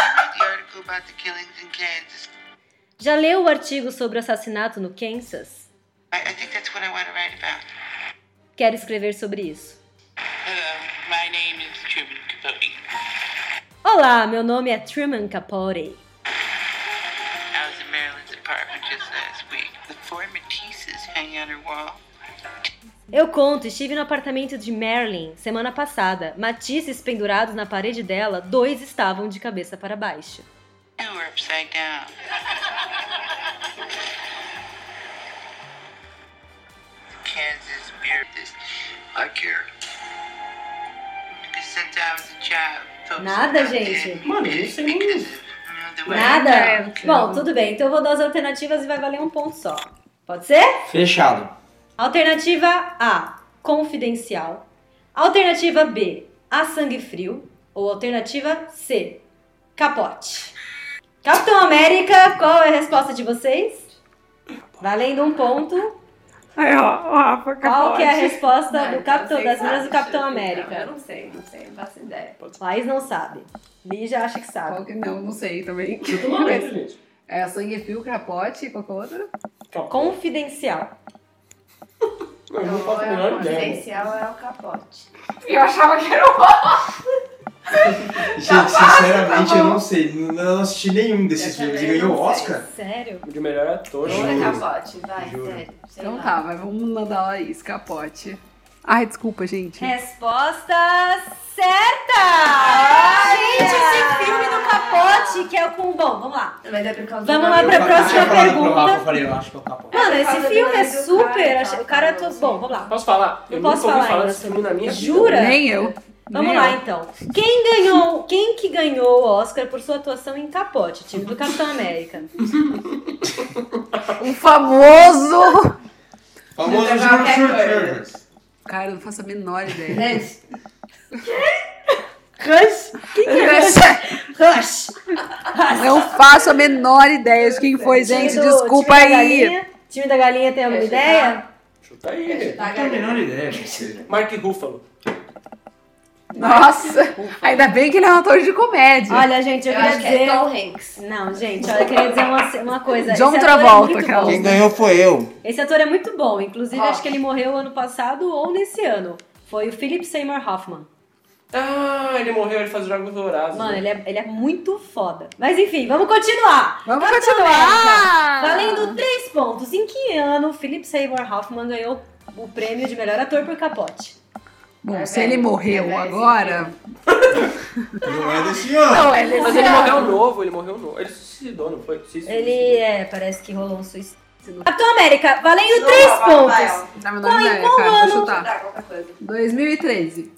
article about the killings in Kansas.
Já leu o artigo sobre o assassinato no Kansas?
I, I think that's what I want to write about.
Quero escrever sobre isso.
Hello, my name is Truman Capote.
Olá, meu nome é Truman Capote.
I was in Marilyn's apartment just last week. The four Matisses hanging on her wall.
Eu conto, estive no apartamento de Marilyn semana passada. Matizes pendurados na parede dela, dois estavam de cabeça para baixo.
Two were upside down. Kansas beer. This I care. Because since I was a child, folks
Nada,
thought they
gente.
had me
Mano, eu não
pissed
sei nem
because,
isso.
you know, the way I
Nada?
Nada.
Bom, tudo bem, então eu vou dar as alternativas e vai valer um ponto só. Pode ser?
Fechado.
Alternativa A, confidencial. Alternativa B, a sangue frio. Ou alternativa C, capote. Capitão América, qual é a resposta de vocês? Valendo um ponto.
Aí, ó, o Rafa,
Qual que é a resposta
Não, então
do Capitão,
vocês
das meninas do
sabem,
Capitão
gente. Não, Eu
América?
não sei, não sei, não faço ideia.
Laís não sabe. Lígia acha que sabe.
Qual que- Não, não sei também.
Chuta uma letra, gente.
(laughs) É sangue frio, crapote e qualquer outra?
Confidencial.
Eu não
Então,
faço a
é,
menor
o
ideia.
essencial é o capote.
Eu achava que era o
Tá,
Gente, sinceramente, eu não sei. Não, não assisti nenhum desses filmes. E ganhou o Oscar?
Sério?
De melhor ator.
Ou é capote, vai,
Juro.
sério. sei
Então
lá.
tá, mas vamos mandar lá isso, capote. Ai, desculpa, gente.
Resposta certa! Gente, esse filme do
Ah!
capote que é o com... Bom, vamos lá.
Mas é por causa
Vamos
do
lá
nome
pra
do
próxima
cara.
Eu tinha falado pro
pergunta.
Rafa, eu falei, eu acho que eu tapo.
Mano, esse
causa do
filme é
nome do
super.
cara,
achei-
tá?
O cara é todo.
Falou.
Bom, vamos lá.
Posso falar?
Não
Eu
posso
nunca ouvi
falar
falar
ainda
desse
sobre
filme na minha vida.
Jura?
Nem eu.
Vamos
Nem
lá
eu.
então. Quem ganhou, quem que ganhou o Oscar por sua atuação em Capote, time do Capitão América?
O famoso!
Famoso
Então,
Não,
Júlio
qualquer
Schwartzberger.
Cara, eu não faço a menor ideia.
Gente,
Rush? Quem que é Rush? Rush.
Não faço a menor ideia de quem foi, gente.
Time do-
Desculpa
time da
aí.
galinha. Time da galinha tem alguma
Quer chutar?
ideia?
Chuta aí.
tá
Não tenho a
ganhando.
menor ideia, gente.
Mark Ruffalo.
Nossa, ainda bem que ele é um ator de comédia.
Olha, gente, eu,
Eu
queria
acho que
dizer.
é Tom Hanks.
Não, gente, olha, eu queria dizer uma, uma coisa.
John
Esse ator
Travolta,
é muito
aquela.
bom.
Quem
ganhou foi eu.
Esse ator é muito bom. Inclusive,
Ó.
acho que ele morreu ano passado ou nesse ano. Foi o Philip Seymour Hoffman.
Ah, ele morreu, ele faz Jogos Dourados.
Mano, ele é, ele é muito foda. Mas enfim, vamos continuar.
Vamos
Capitão
continuar!
América, valendo três pontos. Em que ano Philip Seymour Hoffman ganhou o prêmio de melhor ator por capote?
Bom,
É
se ele
velho, é
morreu
velho
agora.
Não é desse ano.
Não, ele
Mas ele morreu novo, ele morreu novo. Ele se suicidou, não foi? Se suicidou.
Ele é, parece que rolou um suicídio. Capitão América, valendo três
Rafael,
pontos.
Dá meu
Qual-
nome
em qual
cara,
ano?
vou chutar.
Tá, qualquer coisa.
2013.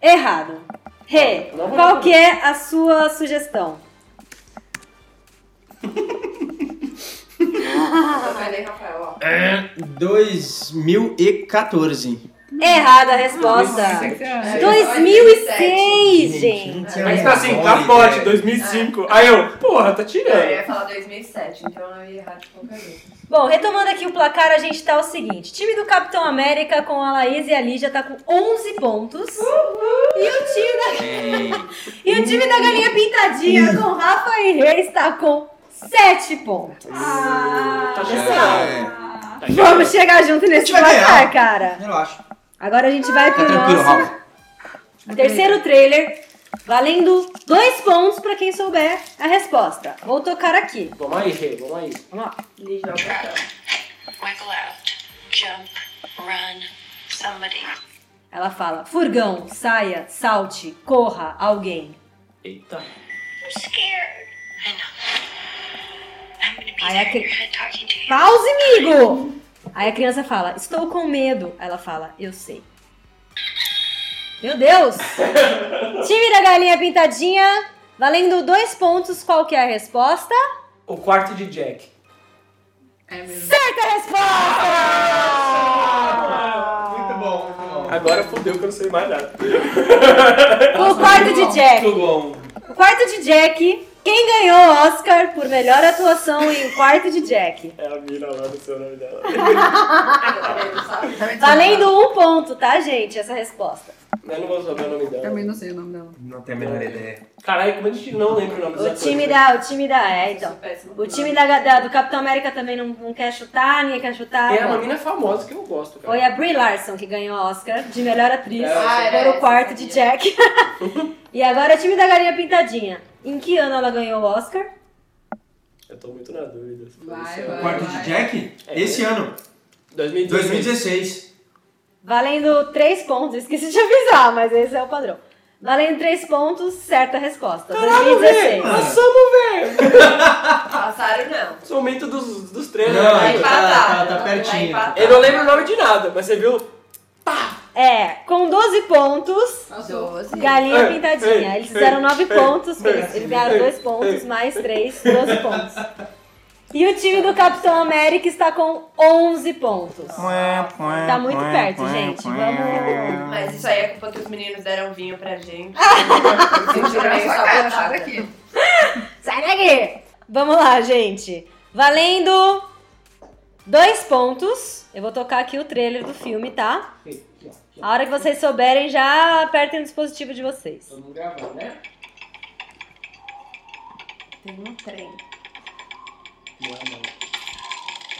Errado. Rê,
Não, não, não.
qual que é a sua sugestão? Ah,
Eu falei, Rafael, ó.
É.
2014.
Errada a resposta. 2006, gente.
Aí tá assim,
né?
capote, 2005. Aí eu, porra, tá
É.
Eu
tirando.
ia falar 2007, então eu ia errar de qualquer jeito.
Bom, retomando aqui o placar, a gente tá o seguinte: time do Capitão América com a Laís e a Lígia tá com 11 pontos. E o time da, e o time da Galinha Pintadinha com Rafa e Reis tá com 7 pontos.
Tá chegando.
É,
Vamos chegar junto nesse
A gente vai
placar,
ganhar.
cara.
relaxa.
Agora a gente vai
Tá
pro
tranquilo,
nosso
Rafa.
terceiro trailer, valendo dois pontos pra quem souber a resposta. Vou tocar aqui.
Vamos aí, Rê, vamos aí.
Vamos lá.
Lígia, o cartão.
Wiggle out, jump, run, somebody.
Ela fala: furgão, saia, salte, corra, alguém.
Eita.
I'm scared. I know.
Aí a cri... Pause, amigo! Aí a criança fala, estou com medo. Aí ela fala, eu sei. Meu
(laughs)
Deus! Time da galinha pintadinha, valendo dois pontos, qual que é a resposta?
O quarto de Jack.
É mesmo.
Certa resposta!
Muito bom, muito bom.
Agora fodeu que eu não sei mais nada.
O quarto de Jack.
Muito bom.
O quarto de Jack. Quem ganhou o Oscar por melhor atuação em O Quarto de Jack?
É a mina lá, não sei o nome dela.
Valendo um ponto, tá, gente? Essa resposta.
Eu não vou saber o nome dela.
Também não sei o nome dela.
Não tenho a menor ideia.
Caralho, como é a gente não lembra o nome dos
O
atores,
time
né?
da. O time da. É, então.
Péssimo.
O time da, da- do Capitão América também não, não quer chutar, ninguém quer chutar. então.
É uma
Bom,
mina famosa que eu gosto, cara.
Foi a Brie Larson que ganhou o Oscar de melhor atriz
É, Ah,
por
era
o quarto de Jack. (laughs) e agora o time da Galinha Pintadinha. Em que ano ela ganhou o Oscar?
Eu tô muito na dúvida. se foi
Vai,
isso.
vai.
O quarto de Jack? Esse ano,
2016.
2016.
Valendo três pontos, esqueci de avisar, mas esse é o padrão. Valendo três pontos, certa resposta. 2016.
Passamos, velho!
Passaram não.
Sou o mito dos, dos três,
Não,
né?
Tá
Tá, tá,
empatado.
tá pertinho.
empatado.
Eu não lembro o nome de nada, mas você viu?
É, com 12 pontos,
Doze.
Assim.
galinha
Ei,
pintadinha.
ei,
Eles fizeram
ei,
9
ei,
pontos, porque eles,
ei,
eles ganharam
ei,
2 pontos, mais 3, 12 pontos. E o time do Capitão América está com 11 pontos. Tá
Tá
muito perto, gente. Vamos.
Mas isso aí é culpa que os meninos deram vinho pra gente.
Vou
Sentiram
jogar
meio
sua cara
sabotada.
daqui.
Sai daqui! Vamos lá, gente. Valendo dois pontos. Eu vou tocar aqui o trailer do filme, tá? A hora que vocês souberem, já apertem o dispositivo de vocês.
Vamos gravar, né?
Tem um trem.
Não é, não.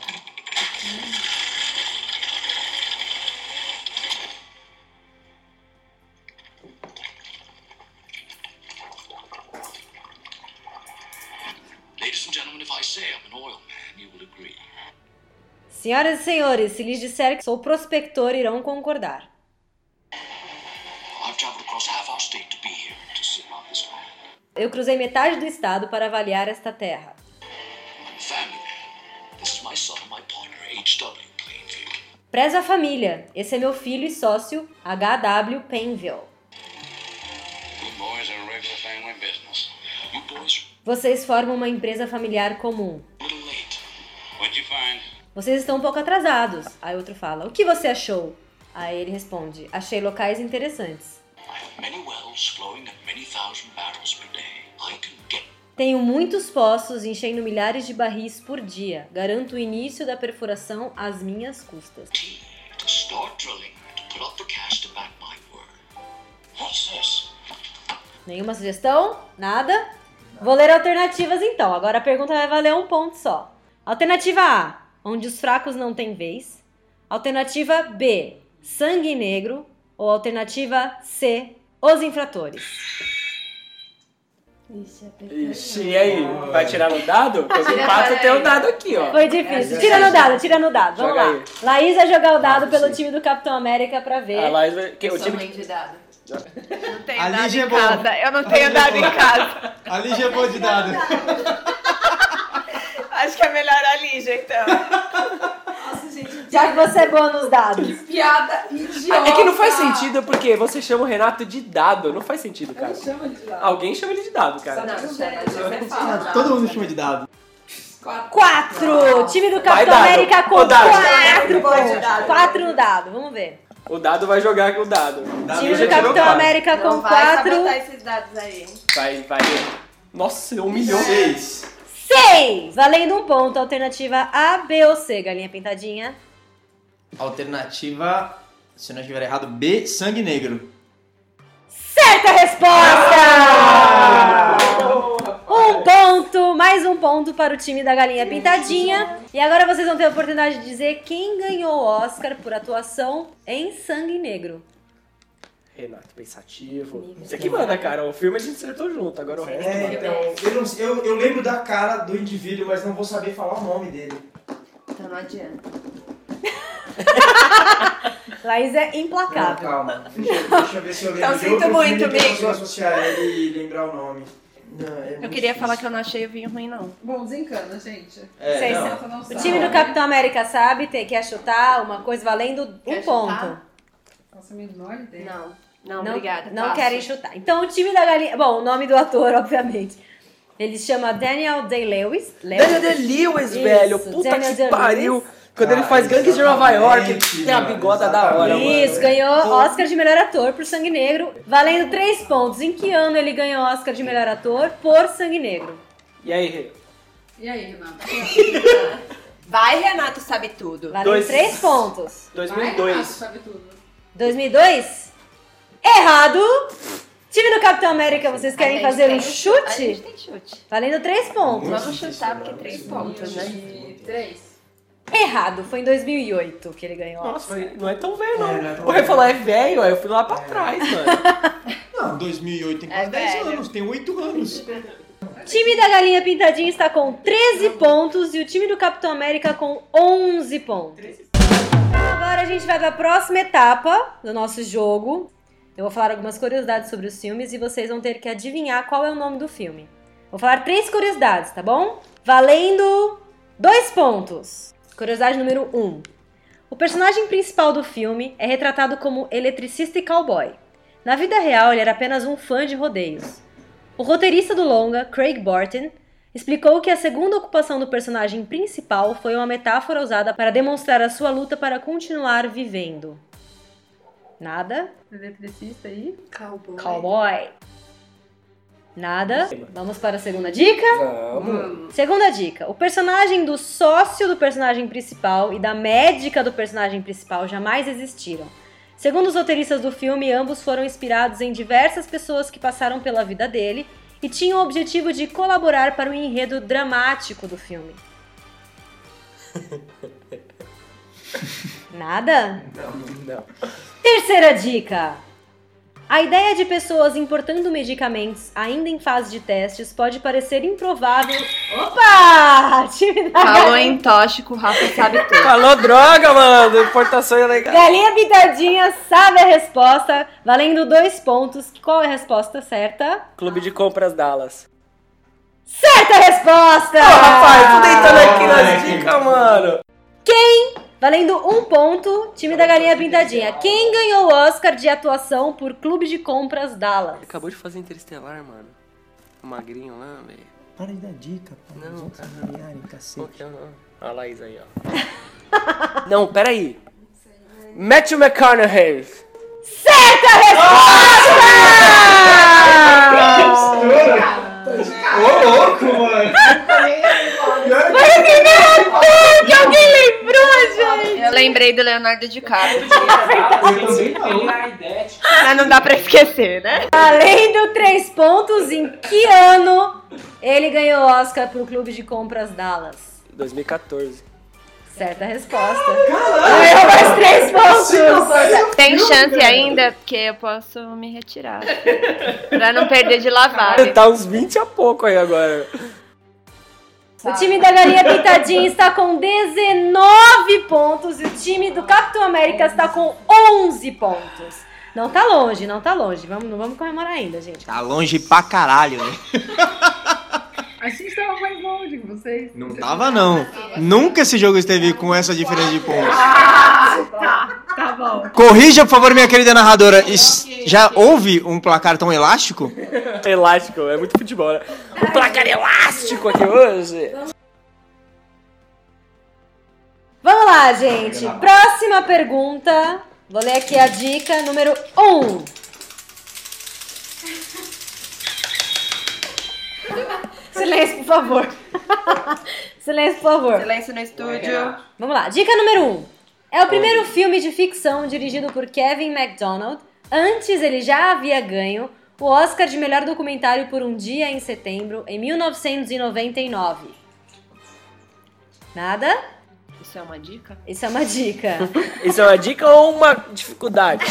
Ladies and gentlemen, if I say I'm an oil man, you will agree.
Senhoras e senhores, se lhes disser que sou prospector, irão concordar.
I've traveled across half our state to be here to sit on this land.
Eu cruzei metade do estado para avaliar esta terra.
I'm a family man. This is my son and my partner, H.W. Plainfield.
Prezo a família. Esse é meu filho e sócio, HW Penville.
You boys are regular family business. You boys
Vocês formam uma empresa familiar comum.
are a little late. What'd you find?
Vocês estão um pouco atrasados. Aí outro fala: O que você achou? Aí ele responde: Achei locais interessantes.
I have many wells flowing at many thousand barrels per day. I can get
Tenho muitos poços enchendo milhares de barris por dia. Garanto o início da perfuração às minhas custas.
tea to start drilling and to put up the cash to back my word. What's this?
Nenhuma sugestão? Nada? Vou ler alternativas então. Agora a pergunta vai valer um ponto só. Alternativa A: onde os fracos não têm vez. Alternativa B: sangue negro. Ou alternativa C: os infratores.
Ixi, e aí? Vai tirar no dado? Porque o pato tem o um dado aqui, ó.
Foi difícil. Tira no dado, tira no dado. Vamos
É, Joga
lá.
aí.
Laís vai jogar o dado
Ah,
pelo
sim.
time do Capitão América pra ver.
A Laís vai... que- o
Sou
time
mãe de dado.
Não tenho
A
nada
Lígia é
em
boa.
casa. Eu não tenho nada
é
em casa.
Ali já é boa de dado.
Acho que é melhor a Lígia, então.
Já que você é boa nos dados.
Piada idiota.
É que não faz sentido porque você chama o Renato de dado. Não faz sentido, cara. Alguém chama ele de dado, cara.
Não, é você fala.
Tá Todo mundo
chama de dado.
Quatro! Time do
Vai
Capitão
dado.
América com
Ô, dado.
quatro
Vai de
pontos.
dado.
Quatro no dado, vamos ver.
O dado vai jogar com o dado.
Dado
Time
já
do
tirou
Capitão
quatro.
América Tá com
Não vai
quatro.
sabotar esses dados aí.
Vai, vai. Nossa, um
Um
humilhou.
É.
Seis.
Seis! Valendo um ponto. Alternativa A, B ou C, galinha pintadinha.
Alternativa, se não estiver errado, B, sangue negro.
Certa
Ah!
resposta! Um ponto, mais um ponto para o time da Galinha Pintadinha. E agora vocês vão ter a oportunidade de dizer quem ganhou o Oscar por atuação em Sangue Negro.
Renato, pensativo. Você que manda, cara. O filme a gente acertou junto. Agora o resto...
É, então, eu, não sei- eu, eu lembro da cara do indivíduo, mas não vou saber falar o nome dele.
Então não adianta.
Laís é
Não,
implacável.
calma. Deixa, eu- deixa eu ver se eu lembro
Então,
de
sinto
outro
muito,
filme que eu
amigo.
consigo associar ele e lembrar o nome.
Não, é
Eu queria falar que eu não achei o vinho ruim, não.
Bom, desencana, gente.
É,
Vocês
não.
Essa não
O
sabe.
time do Capitão América sabe, tem, quer chutar uma coisa valendo um
Quer
ponto.
chutar?
Nossa, a menor ideia.
Não, não, obrigada.
Não
passo.
querem chutar. Então o time da galinha. Bom, o nome do ator, (laughs) obviamente. Ele chama Daniel Day-Lewis. Lewis.
Daniel Day-Lewis,
Né? Isso,
velho. Puta
Daniel
que
Day-Lewis.
pariu. Quando ele
Ah,
faz Gangues de Nova York,
exatamente,
ele tem a
mano,
bigota da hora, mano.
exatamente.
Isso, ganhou Oscar de melhor ator por Sangue Negro, valendo três pontos. Em que ano ele ganhou Oscar de melhor ator por Sangue Negro?
E aí, Rê?
E aí, Renata?
Vai, Renato sabe tudo.
Valendo
Dois.
três pontos.
Vai,
2002.
Renato, sabe tudo.
2002? Errado! Time do Capitão América, vocês querem
A gente
fazer
tem
um
o A gente
chute?
tem chute.
Valendo três pontos.
Vamos
difícil,
chutar,
né?
porque três
Muito
pontos, né?
E três.
Errado, foi em 2008 que ele ganhou.
Nossa, foi- não é tão velho,
É, não é
não.
tão
O Rê
velho.
falou, é velho, aí eu fui lá pra trás, mano. (laughs)
Não, 2008 tem
É
quase 10
velho.
anos, tem 8 anos.
Time da Galinha Pintadinha está com 13 pontos e o time do Capitão América com 11 pontos. Então agora a gente vai para a próxima etapa do nosso jogo. Eu vou falar algumas curiosidades sobre os filmes e vocês vão ter que adivinhar qual é o nome do filme. Vou falar três curiosidades, tá bom? Valendo dois pontos. Curiosidade número Um. O personagem principal do filme é retratado como eletricista e cowboy. Na vida real, ele era apenas um fã de rodeios. O roteirista do longa, Craig Barton, explicou que a segunda ocupação do personagem principal foi uma metáfora usada para demonstrar a sua luta para continuar vivendo. Nada?
Eletricista aí?
Cowboy.
Cowboy. Nada? Vamos para a segunda dica?
Vamos.
Segunda dica: o personagem do sócio do personagem principal e da médica do personagem principal jamais existiram. Segundo os roteiristas do filme, ambos foram inspirados em diversas pessoas que passaram pela vida dele e tinham o objetivo de colaborar para o enredo dramático do
(laughs)
filme. Nada?
Não.
Terceira dica. A ideia de pessoas importando medicamentos ainda em fase de testes pode parecer improvável. Opa! (laughs) Time da
Falou em tóxico, o Rafa sabe tudo.
Falou droga, mano. Importação ilegal.
Galinha Pintadinha sabe a resposta, valendo dois pontos. Qual é a resposta certa?
Clube de compras Dallas.
Certa resposta!
Ô, rapaz, tô deitando aqui nas
Moleque.
dicas, mano.
Valendo um ponto, time da Galinha Pintadinha. Quem ganhou o Oscar de atuação por Clube de Compras Dallas?
Acabou de fazer Interestelar, mano. O magrinho lá, velho.
Para de dar dica, pô.
Não,
Vamos
cara.
avaliarem, cacete.
Qual que é o nome? A
(laughs)
Laís aí, ó. Não, peraí. Matthew McConaughey. (laughs)
Ô, louco, mano.
Que alguém lembrou, gente!
Eu lembrei do Leonardo DiCaprio,
Eu também não.
mas não dá pra esquecer, né?
Além do três pontos, em que ano ele ganhou o Oscar pro Clube de Compras Dallas?
2014.
Certa resposta. Ganhou mais três pontos.
Tem chance ainda, porque eu posso me retirar. pra não perder de lavada.
Tá uns 20 a pouco aí agora.
O time da Galinha Pintadinha está com 19 pontos e o time do Capitão América está com 11 pontos. Não tá longe, não tá longe. Vamos, não vamos comemorar ainda, gente.
Tá longe pra caralho, né?
A gente tava mais longe que vocês.
Não tava, não. Nunca esse jogo esteve com essa diferença de pontos.
Ah,
Tá bom.
Corrija, por favor, minha querida narradora.
Tá
Is- Já houve um placar tão elástico?
Elástico, é muito futebol, né? O placar elástico aqui hoje.
Vamos lá, gente. Próxima pergunta. Vou ler aqui a dica número 1. (laughs) Silêncio, por favor. (laughs) Silêncio, por favor.
Silêncio no estúdio.
Vamos lá, dica número 1. Um. É o primeiro filme de ficção dirigido por Kevin MacDonald. Antes ele já havia ganho o Oscar de melhor documentário por Um Dia em Setembro, em 1999. Nada?
Isso é uma dica?
Isso é uma dica.
Isso é uma dica ou uma dificuldade?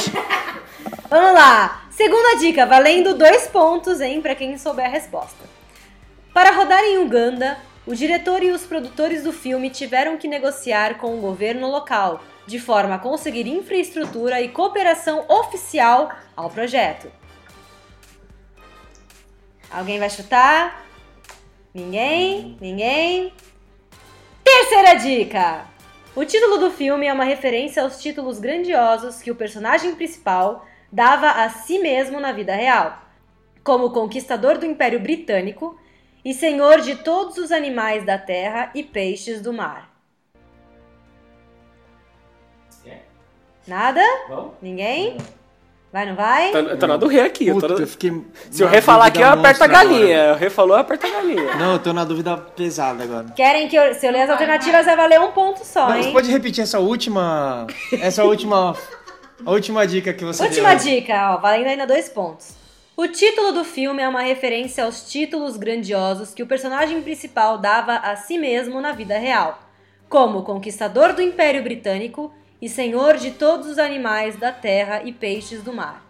Vamos lá! Segunda dica, valendo dois pontos, hein, pra quem souber a resposta. Para rodar em Uganda, o diretor e os produtores do filme tiveram que negociar com o governo local, de forma a conseguir infraestrutura e cooperação oficial ao projeto. Alguém vai chutar? Ninguém? Ninguém? Terceira dica! O título do filme é uma referência aos títulos grandiosos que o personagem principal dava a si mesmo na vida real, como conquistador do Império Britânico e senhor de todos os animais da terra e peixes do mar. Nada?
Vamos?
Ninguém? Vai, não vai?
Tá, eu tô na do ré aqui. eu tô na-
Puta, eu fiquei.
Se eu
na
refalar aqui,
dúvida
eu aperto a
monstra agora.
galinha. Eu refalou, eu aperto a galinha.
Não, eu tô na dúvida pesada agora.
Querem que eu, se eu ler as alternativas, vai valer um ponto só,
Não, você
hein?
pode repetir essa última. Essa última. A última dica que você
Última
deu.
dica, ó, valendo ainda dois pontos. O título do filme é uma referência aos títulos grandiosos que o personagem principal dava a si mesmo na vida real, como Conquistador do Império Britânico e Senhor de todos os animais da terra e peixes do mar.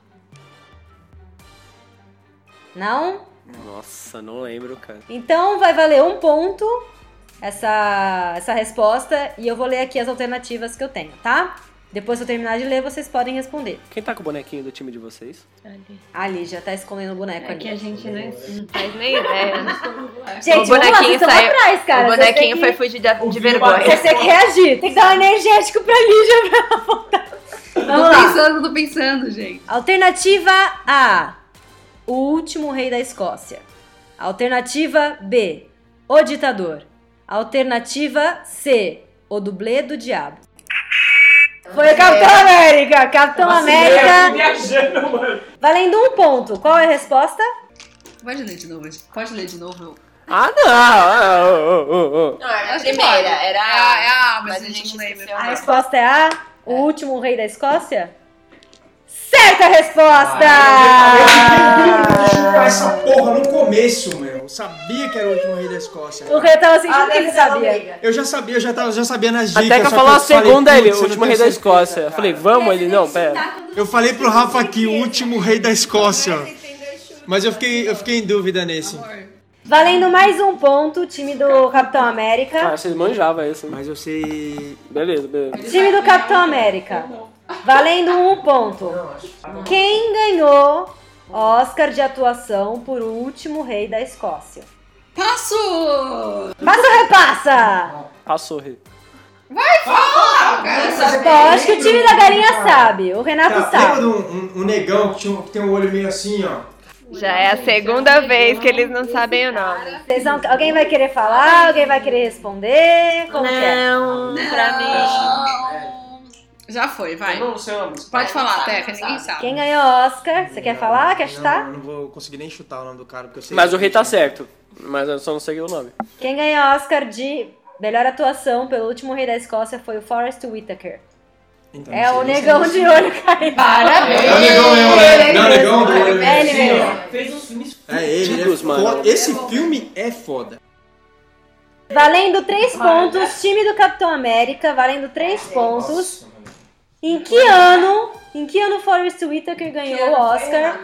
Não?
Nossa, não lembro, cara.
Então vai valer um ponto essa, essa resposta e eu vou ler aqui as alternativas que eu tenho, tá? Depois que eu terminar de ler, vocês podem responder.
Quem tá com o bonequinho do time de vocês?
Ali, já tá escondendo o boneco
É
ali.
que a gente não, não faz nem ideia.
Gente,
O bonequinho
vamos lá, vocês estão
saiu-
atrás, cara.
né? o
Vocês têm
bonequinho
que-
foi fugir de, de
Ouviu
vergonha.
barulho.
Vocês têm que reagir. Tem que dar um energético pra Lígia pra ela voltar.
Tô
Vamos lá.
pensando, tô pensando, gente.
Alternativa A. O último rei da Escócia. Alternativa B. O ditador. Alternativa C. O dublê do diabo. Foi o Capitão América! Capitão América!
viajando, mano.
Valendo um ponto. Qual é a resposta?
Pode ler de novo, gente. pode ler de novo. eu-
Ah, não! Ah, ô, ô, ô, ô.
Não, era a
Acho que
primeira,
pode.
era
É a,
a.
é a, mas,
mas
a gente não lembra.
esqueceu.
A resposta é A. O último rei da Escócia? Certa resposta!
Eu tive chutar essa porra no começo, meu. Eu sabia que era o último rei da Escócia.
O rei tava sentindo
Ah,
que ele
deve ser uma
sabia.
briga.
Eu já sabia, eu já, tava, já sabia nas dicas.
Até que eu
só
falou a
eu falei,
segunda
putz,
ali,
eu
o
não
último rei
tenho
da
certeza,
Escócia.
cara.
Eu falei, vamos ele, não, pera.
Eu falei pro Rafa aqui, o último rei da Escócia. Mas eu fiquei, eu fiquei em dúvida nesse.
Valendo mais um ponto, o time do Capitão América.
Cara, vocês manjavam isso. né?
Mas eu sei.
Beleza, beleza.
Time do Capitão América. Valendo um ponto. Quem ganhou Oscar de atuação por O Último Rei da Escócia?
Passo!
Passa ou repassa?
Passou, rei.
Bom,
É,
tá, acho que o time da tá. galinha sabe. O Renato
Cara, é. Tá, lembra
sabe.
de um, um- um negão que, tinha, um- que tem um olho meio assim, ó?
Já é a segunda vez que eles não sabem o nome.
Vocês vão- alguém vai querer falar? Alguém vai querer responder? Como que é?
Não, pra mim.
Já foi, vai.
Não sei, mano.
Pode falar,
sabe,
Teca,
não
ninguém sabe.
Quem ganhou Oscar? Você quer falar? Quer
Não,
chutar?
eu não vou conseguir nem chutar o nome do cara, porque eu sei.
Mas o rei tá certo. Mas eu só não sei o nome.
Quem ganhou Oscar de melhor atuação pelo Último Rei da Escócia foi o Forrest Whitaker.
Então,
É
não
o
sei, não sei.
negão de olho caído.
É o negão mesmo, né? Não, é o negão do olho
É ele
meio assim,
mesmo.
ó.
Fez
um
uns filmes.
É ele, ele é
Ridículos, mano.
foda. Esse filme é foda.
Valendo três pontos, time do Capitão América, valendo três pontos.
Nossa, mano.
Em que ano? Em que ano Forrest Whitaker ganhou o Oscar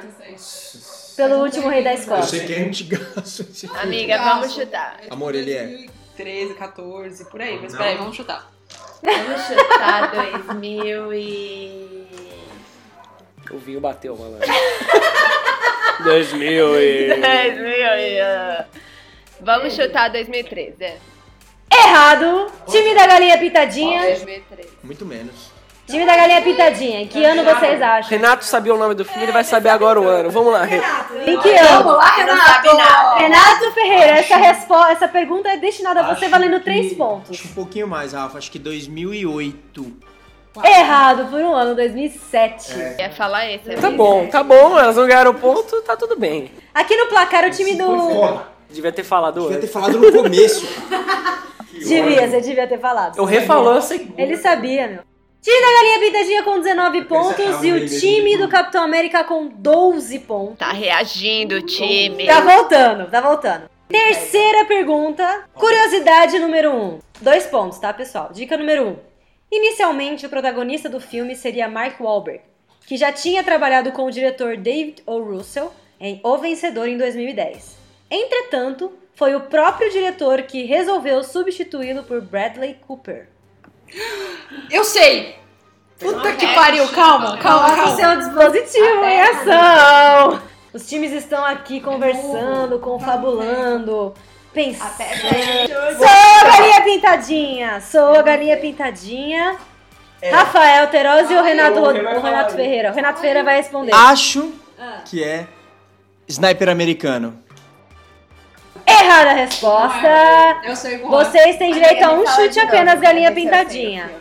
pelo Último Rei da
Eu
Escócia?
sei que é antigaço. esse filme.
Amiga, vamos chutar.
Amor, ele é.
13, 14, por aí. Mas peraí, vamos chutar.
Vamos chutar 2000 e...
O vinho bateu, mano. (laughs) 2000 e...
É,
2000 e... ah, Vamos chutar 2013, é.
Errado! Time da Galinha Pitadinha.
2013.
Muito menos.
Time da Galinha Pitadinha. Em que ano vocês acham?
Renato sabia o nome do filme, ele vai saber agora o ano. Vamos lá, rei.
Em que ano?
Vamos lá, Renato!
Renato Ferreira, essa, respo- essa pergunta é destinada a você valendo três pontos.
Acho um pouquinho mais, Rafa. Acho que 2008.
Errado por um ano, 2007.
É.
Ia falar esse.
Tá bom, tá bom, elas não ganharam ponto, tá tudo bem.
Aqui no placar, o time
Foi
do.
foda.
Devia ter falado
Devia ter
antes.
falado no (laughs) começo.
Devia, você devia ter falado.
Eu refalou, eu sei.
Ele sabia, meu. Time da Galinha Pintadinha com 19 pontos e o time do Capitão América com 12 pontos.
Tá reagindo, time.
Tá voltando, tá voltando. Terceira pergunta. Curiosidade número 1. Um. Dois pontos, tá, pessoal? Dica número 1. Um. Inicialmente, o protagonista do filme seria Mark Wahlberg, que já tinha trabalhado com o diretor David O. Russell em O Vencedor em 2010. Entretanto, foi o próprio diretor que resolveu substituí-lo por Bradley Cooper.
Eu sei! Puta que pariu, calma, calma,
Nossa, seu
calma.
dispositivo em ação! Os times estão aqui conversando, confabulando, pensando. Sou a galinha pintadinha! Sou a galinha pintadinha. Rafael Terozzi ou Renato,
eu-
Rod-
eu- eu-
É. Ah, o Renato Ferreira? O Renato Ferreira vai responder.
Ah. Acho que é sniper americano.
Errada a resposta.
Eu sei voar.
Vocês têm direito a
Fala
um
de
chute
novo,
apenas,
porque
galinha
eu sei o
pintadinha.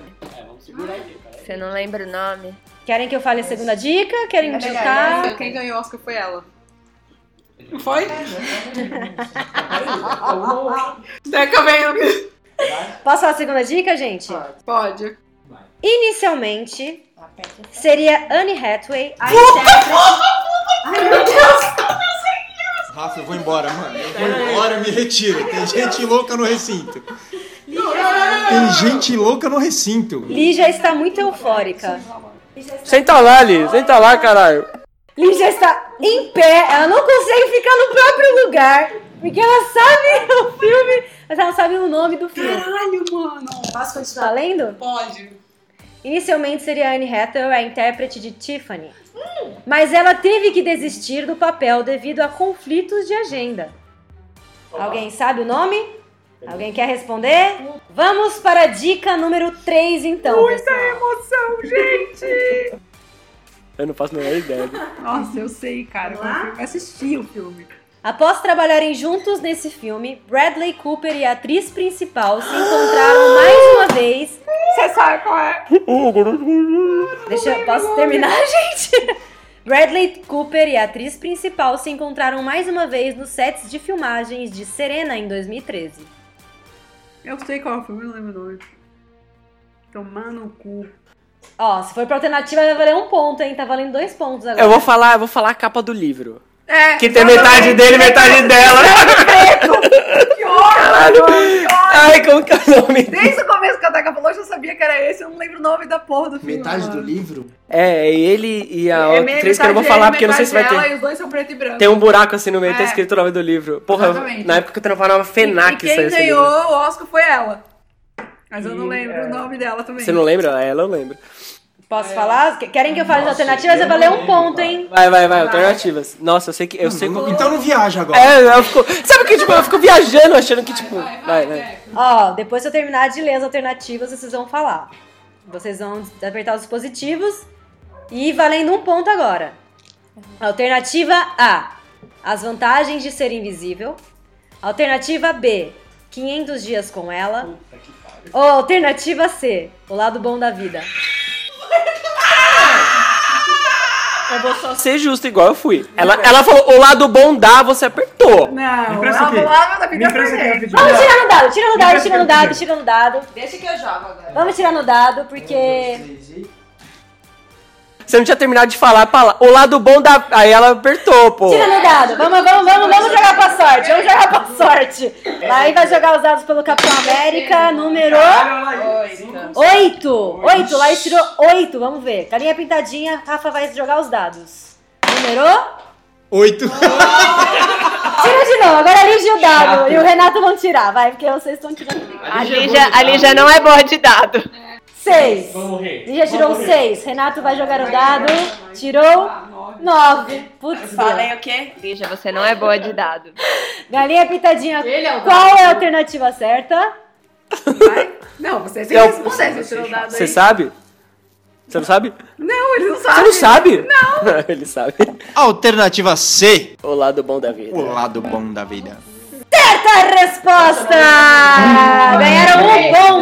Você não lembra o nome?
Querem que eu fale a segunda dica? Querem indicar?
Quem ganhou o Oscar foi ela.
Foi?
Deca veio.
Posso falar a segunda dica, gente?
Pode.
Inicialmente, seria Anne Hathaway. a
Rafa, eu vou embora, mano. Eu vou embora, eu me retiro. Tem gente louca no recinto. Tem gente louca no recinto.
Lígia está muito eufórica.
Senta lá, Liz. Senta lá, caralho.
Lígia está em pé, ela não consegue ficar no próprio lugar, porque ela sabe (laughs) o filme, mas ela não sabe o nome do filme.
Caralho, mano.
Posso continuar?
Tá lendo?
Pode.
Inicialmente seria Anne Hathaway a intérprete de Tiffany, mas ela teve que desistir do papel devido a conflitos de agenda. Alguém sabe o nome? Alguém quer responder? Vamos para a dica número 3, então. pessoal.
Eu não faço a menor ideia.
Nossa, eu sei, cara. um Eu assisti o filme.
Após trabalharem juntos nesse filme, Bradley Cooper e a atriz principal se encontraram mais uma vez
Você sabe qual é?
Deixa eu. Posso terminar, (laughs) gente? Bradley Cooper e a atriz principal se encontraram mais uma vez nos sets de filmagens de Serena em 2013.
Eu sei qual é o filme, eu não lembro o nome. Tomando o cu.
Ó, se for pra alternativa, vai valer um ponto, hein? Tá valendo dois pontos agora.
Eu vou falar, eu vou falar a capa do livro.
É,
Que tem metade dele e metade dela.
que horror!
Ai, como que é o nome?
Desde o começo que a Teca falou, eu já sabia que era esse, eu não lembro o nome da porra do filme.
Metade do
mano.
livro?
É, é ele e a
É
outra
meio
atriz que eu não vou
metade
falar porque
dele,
eu não sei se vai
metade
ter.
dela, E os dois são preto e branco.
Tem um buraco assim no meio, tá
É.
escrito o nome do livro. Porra,
Exatamente.
na época que eu trabalhava na
e
FENAC, saiu
quem
esse
ganhou
livro.
o Oscar foi ela. Mas eu não lembro o nome dela também.
é. Você não lembra? É, Ela eu lembro.
Posso falar? Que- Querem que eu fale as alternativas? Vai valer um ponto, hein?
Vai, vai, vai, alternativas. Nossa, eu sei que. Eu sei
Não,
como.
Então não viaja agora.
Uhum. É, (laughs) eu fico. Sabe o que, tipo, eu fico viajando achando que, tipo. Vai, vai.
Ó, depois que eu terminar de ler as alternativas, vocês vão falar. Vocês vão apertar os dispositivos e valendo um ponto agora. Alternativa A: As vantagens de ser invisível. Alternativa B: 500 dias com ela. Ou alternativa C: O lado bom da vida.
Eu vou só ser justo, igual eu fui. Ela, ela falou, o lado bom dá, você apertou.
Não,
Empresta aqui.
lá da
Me
vida
empresta
é
aqui rapidinho.
Vamos tirar no dado, tira no dado, tira no dado, tira no dado.
Deixa que eu jogo agora.
Vamos tirar no dado porque
Você não tinha terminado de falar a palavra. O lado bom da. Aí ela apertou, pô.
Tira no dado. Vamos, vamos, vamos, vamos jogar pra sorte. Vamos jogar pra sorte. Aí vai jogar os dados pelo Capitão América, número então.
Oito.
8. 8, lá tirou 8. Vamos ver. Carinha pintadinha, Rafa vai jogar os dados. Número?
Oito.
Tira de novo. Agora a Lígia e o dado. E o Renato vão tirar, vai, porque vocês estão tirando.
A Lígia, a Lígia não é boa de dado.
6. Lígia tirou 6. Renato vai Ah, jogar o dado. Tirou 9. Putz,
Falem o quê?
Lígia, você não é boa de dado.
Galinha pintadinha,
Ele é o
qual é a alternativa certa?
Não, você tem
Eu-
que responder, você tirou o dado
Você
aí.
sabe? Você não sabe?
Não, eles não
Você
sabem.
não sabe? Não. (laughs) Ele sabe.
Alternativa C.
O lado bom da vida.
O lado bom da vida.
Certa resposta! Ganharam um
Lembrei desde o
ponto!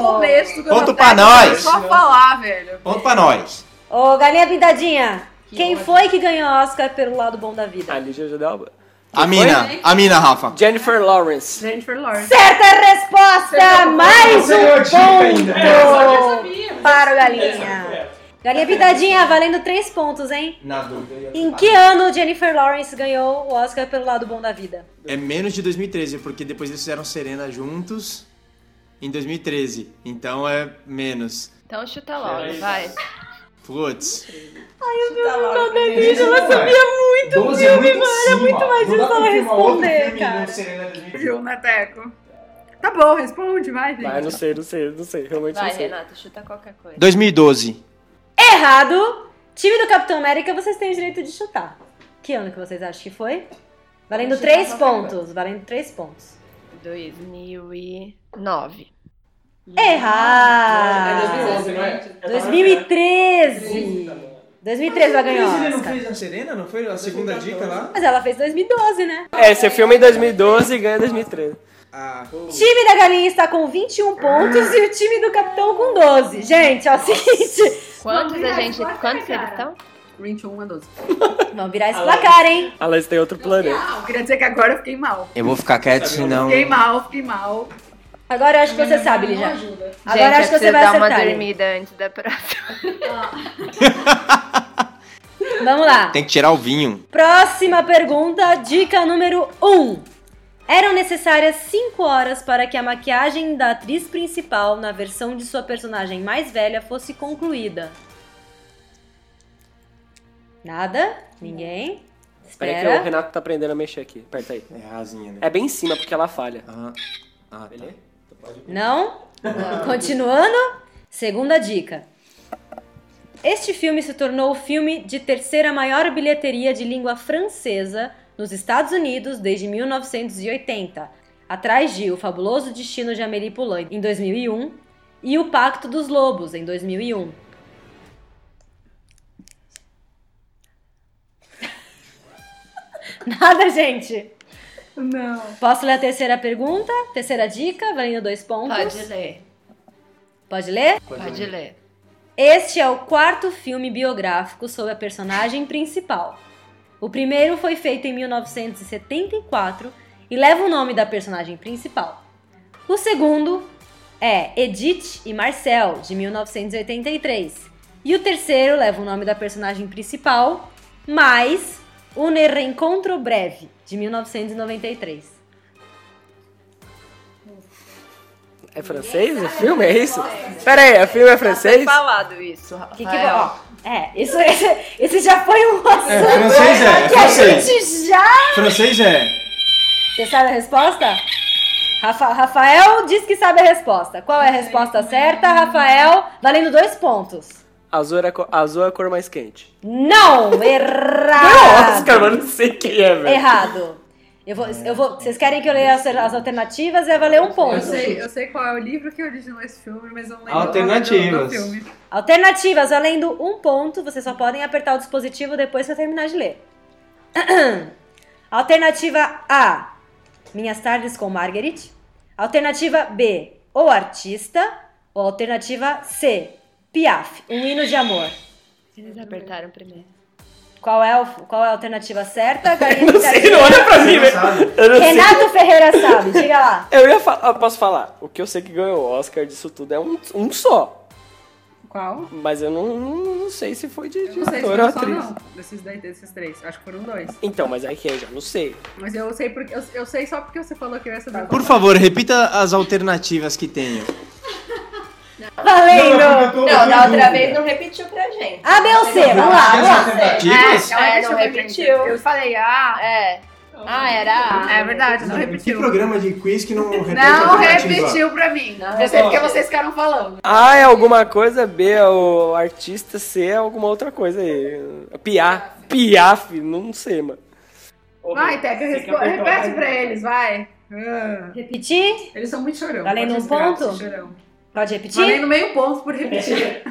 começo. que eu
Ponto
já
pra
tava
nós.
Só falar, velho.
Ponto pra nós.
Ô, Galinha Pintadinha, quem foi que ganhou o Oscar pelo lado bom da vida?
A Lígia Ah, já deu uma.
A mina. A mina, Rafa.
Jennifer Lawrence.
Jennifer Lawrence.
Certa resposta! Mais
Você ganhou a dica um ainda. É,
um ponto para o Galinha. Galinha Pintadinha, valendo três pontos, hein?
Na dúvida.
Em que ano Jennifer Lawrence ganhou o Oscar pelo lado bom da vida?
É menos de 2013, porque depois eles fizeram Serena juntos em 2013. Então é menos.
Então chuta logo, vai.
Putz.
Tá logo.
né?
muito Doze é muito mano, é muito mais
difícil ela responder, cara.
né?
Juna né, Teco. Tá bom, responde, vai, gente.
Vai, não sei, não sei, não sei. Realmente
Vai,
não sei.
Renato, chuta qualquer coisa.
2012.
Errado! Time do Capitão América, vocês têm o direito de chutar. Que ano que vocês acham que foi? Valendo três pontos. Valendo três pontos.
2009.
Errado!
É
Ah,
2011, não é?
2013! 2013 ela
né?
ganhou.
Mas ele não
Oscar.
fez a Serena? Não foi a segunda dica lá?
Mas ela fez 2012, né?
É, você filma em 2012 e ganha em 2013.
Ah,
time da Galinha está com 21 pontos e o time do Capitão com 12. Gente, é o seguinte.
Quantos a
virar
gente.
isso lá,
Quantos
cara.
eles estão?
21 a 12.
Vamos virar esse placar, hein?
A Laís tem outro planeta.
Não, queria dizer que agora eu fiquei mal.
Eu vou ficar quieto, senão.
Hum.
Fiquei mal, fiquei mal.
Agora eu acho que você sabe, Lígia.
gente,
Agora eu acho é que
eu
você
preciso
vai
dar uma
acertar. hein?
dormida antes da próxima.
Vamos lá.
Tem que tirar o vinho.
Próxima pergunta, dica número 1. Um. Eram necessárias 5 horas para que a maquiagem da atriz principal na versão de sua personagem mais velha fosse concluída. Nada? Ninguém?
Peraí que o
Espera.
Renato tá aprendendo a mexer aqui. Aperta aí.
É rasinha, né?
É bem em cima, porque ela falha.
Ah, ah tá.
Beleza?
Não? (laughs) Continuando. Segunda dica. Este filme se tornou o filme de terceira maior bilheteria de língua francesa nos Estados Unidos desde 1980, atrás de O Fabuloso Destino de Amélie Poulain em 2001 e O Pacto dos Lobos em 2001. (laughs) Nada, gente.
Não.
Posso ler a terceira pergunta? Terceira dica, valendo dois pontos.
Pode ler.
Pode ler?
Pode ler.
Este é o quarto filme biográfico sobre a personagem principal. O primeiro foi feito em 1974 e leva o nome da personagem principal. O segundo é Edith e Marcel, de 1983. E o terceiro leva o nome da personagem principal, mais Um Reencontro Breve, de 1993.
É francês o filme? É isso? Pera aí, o filme é francês?
falado isso,
O que que
Rafael.
ó, É, isso, (laughs) esse, esse já foi um assunto
É, francês é, é
que a
francês.
gente já...
Francês é.
Você sabe a resposta? Rafa- Rafael diz que sabe a resposta. Qual é a resposta certa, Rafael? Valendo dois pontos.
Azul, era co- azul é a cor mais quente.
Não! Errado!
Nossa, cara, eu não sei quem é, velho.
Ah! Errado. Eu vou, eu vou, vocês querem que eu leia as, as alternativas? Vai valer um ponto.
Eu sei, eu sei qual é o livro que originou esse filme, mas eu não lembro.
Alternativas.
O nome do filme.
Alternativas, valendo um ponto, vocês só podem apertar o dispositivo depois que eu terminar de ler. (clears throat) Alternativa A: Minhas Tardes com Marguerite. Alternativa B: O Artista. Ou alternativa C: Piaf, um hino de amor.
Eles apertaram primeiro.
Qual é, o, qual é a alternativa
(laughs)
certa?
Não sei, não olha pra mim, velho. Eu não sei.
Renato Ferreira sabe, diga lá.
Eu ia falar, eu posso falar, o que eu sei que ganhou o Oscar disso tudo é um, um só.
Qual?
Mas eu não, não- não sei se foi de, de
Eu não sei se
ator ou
foram só,
atriz.
não. Desses, daí, desses três. Acho que foram dois.
Então, mas aí que eu já não sei.
Mas eu sei, porque, eu, eu sei só porque você falou que eu ia saber.
Por favor, repita as alternativas que tenho.
Valendo!
Não, da outra vez não repetiu pra gente.
A, B ou C? Vamos lá, vamos lá.
Alternativas?
É,
Ela
não
deixou pra gente.
repetiu.
Eu falei, ah,
É. Ah, era.
é verdade, não
Que
repetiu.
programa de quiz que não repete
Não
alternativa?
repetiu pra mim.
Não
Eu sei porque vocês ficaram falando.
A é alguma coisa, B é o artista, C é alguma outra coisa aí. Piaf, Piaf, não sei, mano.
Vai, Teca, respo- repete pra eles, vai. Ah,
Repetir?
Eles são muito chorão.
Valendo
pode
um
desgraça,
ponto?
chorão.
Pode repetir?
Valendo meio ponto por (laughs) repetir.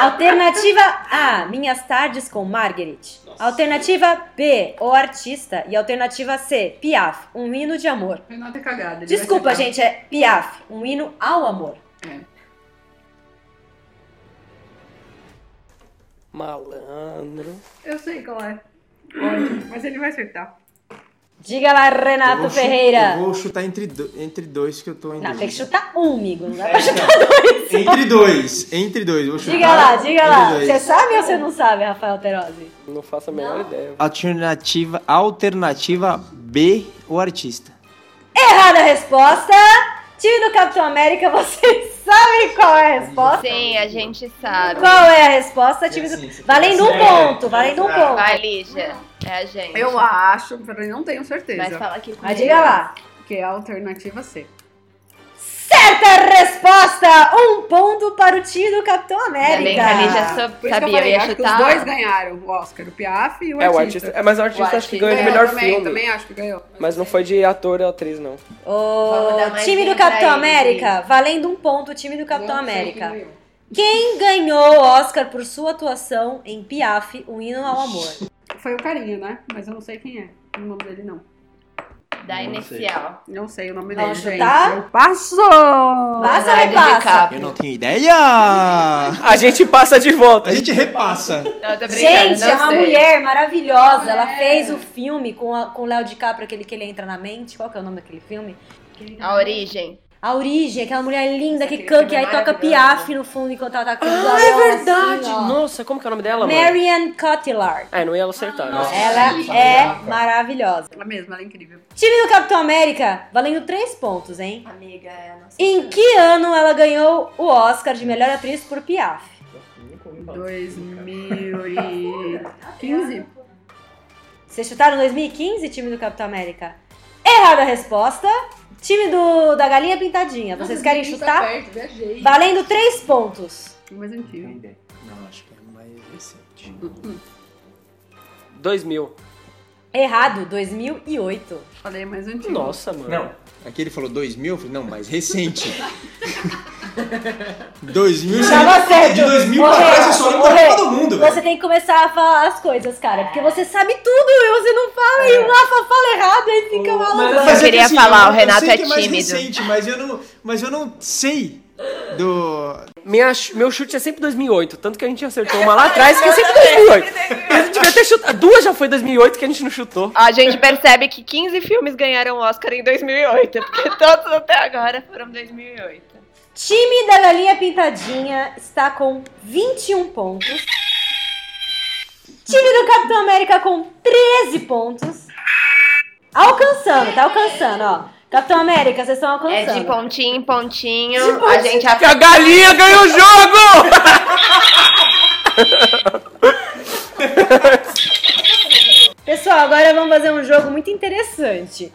Alternativa A, Minhas Tardes com Margaret. Alternativa B, O Artista. E alternativa C, Piaf, Um Hino de Amor.
Renata é cagada. ele
Desculpa,
vai ser
gente, é Piaf, Um Hino ao Amor.
Malandro.
cagada. Eu sei qual é. Ótimo, Mas ele vai acertar.
Diga lá,
Eu
Renato
vou chu-
Ferreira.
Eu vou chutar entre, do- entre dois que eu tô em
Não,
dúvida. É, então.
tem que chutar um, amigo. Não dá pra chutar.
Entre dois, entre dois. eu Vou chutar um,
Diga lá, diga
entre
lá.
dois.
Você sabe ou você não sabe, Rafael Terozzi?
Não faço a menor ideia.
Alternativa, alternativa B, o artista.
Errada a resposta. Time do Capitão América, (laughs) vocês sabem qual é a resposta?
Sim, a gente sabe.
Qual é a resposta? Time do... Valendo um ponto, valendo um ponto.
Vai, Lígia. É a gente.
Eu acho, mas não tenho
Mas
certeza.
fala aqui com
Mas diga lá.
Que é a alternativa C.
Certa resposta! resposta! Um ponto para o time do Capitão
Ainda
América.
bem que a Lígia sab-
É, Por isso que eu
sabia,
falei,
eu ia
acho que
chutar.
os dois ganharam o Oscar, o Piaf e o
É,
Um artista.
o artista- é, mas o artista acho que ganhou de melhor
também,
filme.
Também acho que ganhou.
Mas não foi de ator ou atriz, (laughs) não.
O
mais
time
bem
do Capitão
pra eles,
América, valendo um ponto, o time do Capitão
Não sei
América.
quem
Quem ganhou o Oscar por sua atuação em Piaf, o hino ao amor?
Foi o carinha, né? Mas eu não sei quem é. O nome dele não.
Da Não inicial.
Não sei o nome dele,
Vamos
gente.
chutar?
Eu passo!
Passa ou repassa?
Eu não tenho ideia! A
gente passa de volta.
A gente repassa.
Não, tô brincando,
Gente,
não
é uma
sei. É.
mulher maravilhosa. Ela fez o filme com, a, com o Léo DiCaprio, aquele que ele entra na mente. Qual que é o nome daquele filme?
A Origem.
A Origem, aquela mulher linda que
filme é
canta e aí toca
maravilhoso.
Piaf no fundo enquanto ela tá com os
Ah,
olhos
é verdade!
assim, ó.
Nossa, como que é o nome dela, mano?
Marianne Cotillard.
Ah, eu não ia acertar. né?
Ela é maravilhosa.
Ela mesma, ela é incrível.
Time do Capitão América, valendo três pontos, hein?
Amiga, é a nossa.
Em que ano ela ganhou o Oscar de melhor atriz por Piaf?
2015.
Vocês chutaram 2015, time do Capitão América? Errada a resposta. Time do, da Galinha Pintadinha. Vocês querem
tá
chutar? Valendo três pontos.
Mais antigo.
Não, acho que é mais recente.
é- 2000.
Errado, 2008.
Falei mais antigo.
Nossa, mano.
Não. Aqui ele falou 2000, eu falei, não, mais recente. 2000,
Tava certo.
de 2000 pra
Morreu,
trás eu só lembro da
morreu.
Copa do Mundo,
Você
velho.
tem que começar a falar as coisas, cara. Porque você sabe tudo e você não fala. E o Rafa fala errado e fica maluco.
Mas é que
queria falar, o Renato
eu sei
é
que mais
tímido.
recente, mas eu não, mas eu não sei do...
Minha ch- meu chute é sempre 2008, tanto que a gente acertou (laughs) uma lá atrás que é sempre 2008. A gente devia ter chutado. Duas já foi 2008 que a gente não chutou.
A gente percebe que 15 filmes ganharam o Oscar em 2008, porque todos até agora foram 2008.
Time da Galinha Pintadinha está com 21 pontos. Time do Capitão América com 13 pontos. Alcançando, tá alcançando, ó. Capitão América, vocês estão
É
alcançando.
de pontinho em pontinho,
De
a
pontinho.
gente
Que a galinha ganhou o jogo!
Pessoal, agora vamos fazer um jogo muito interessante.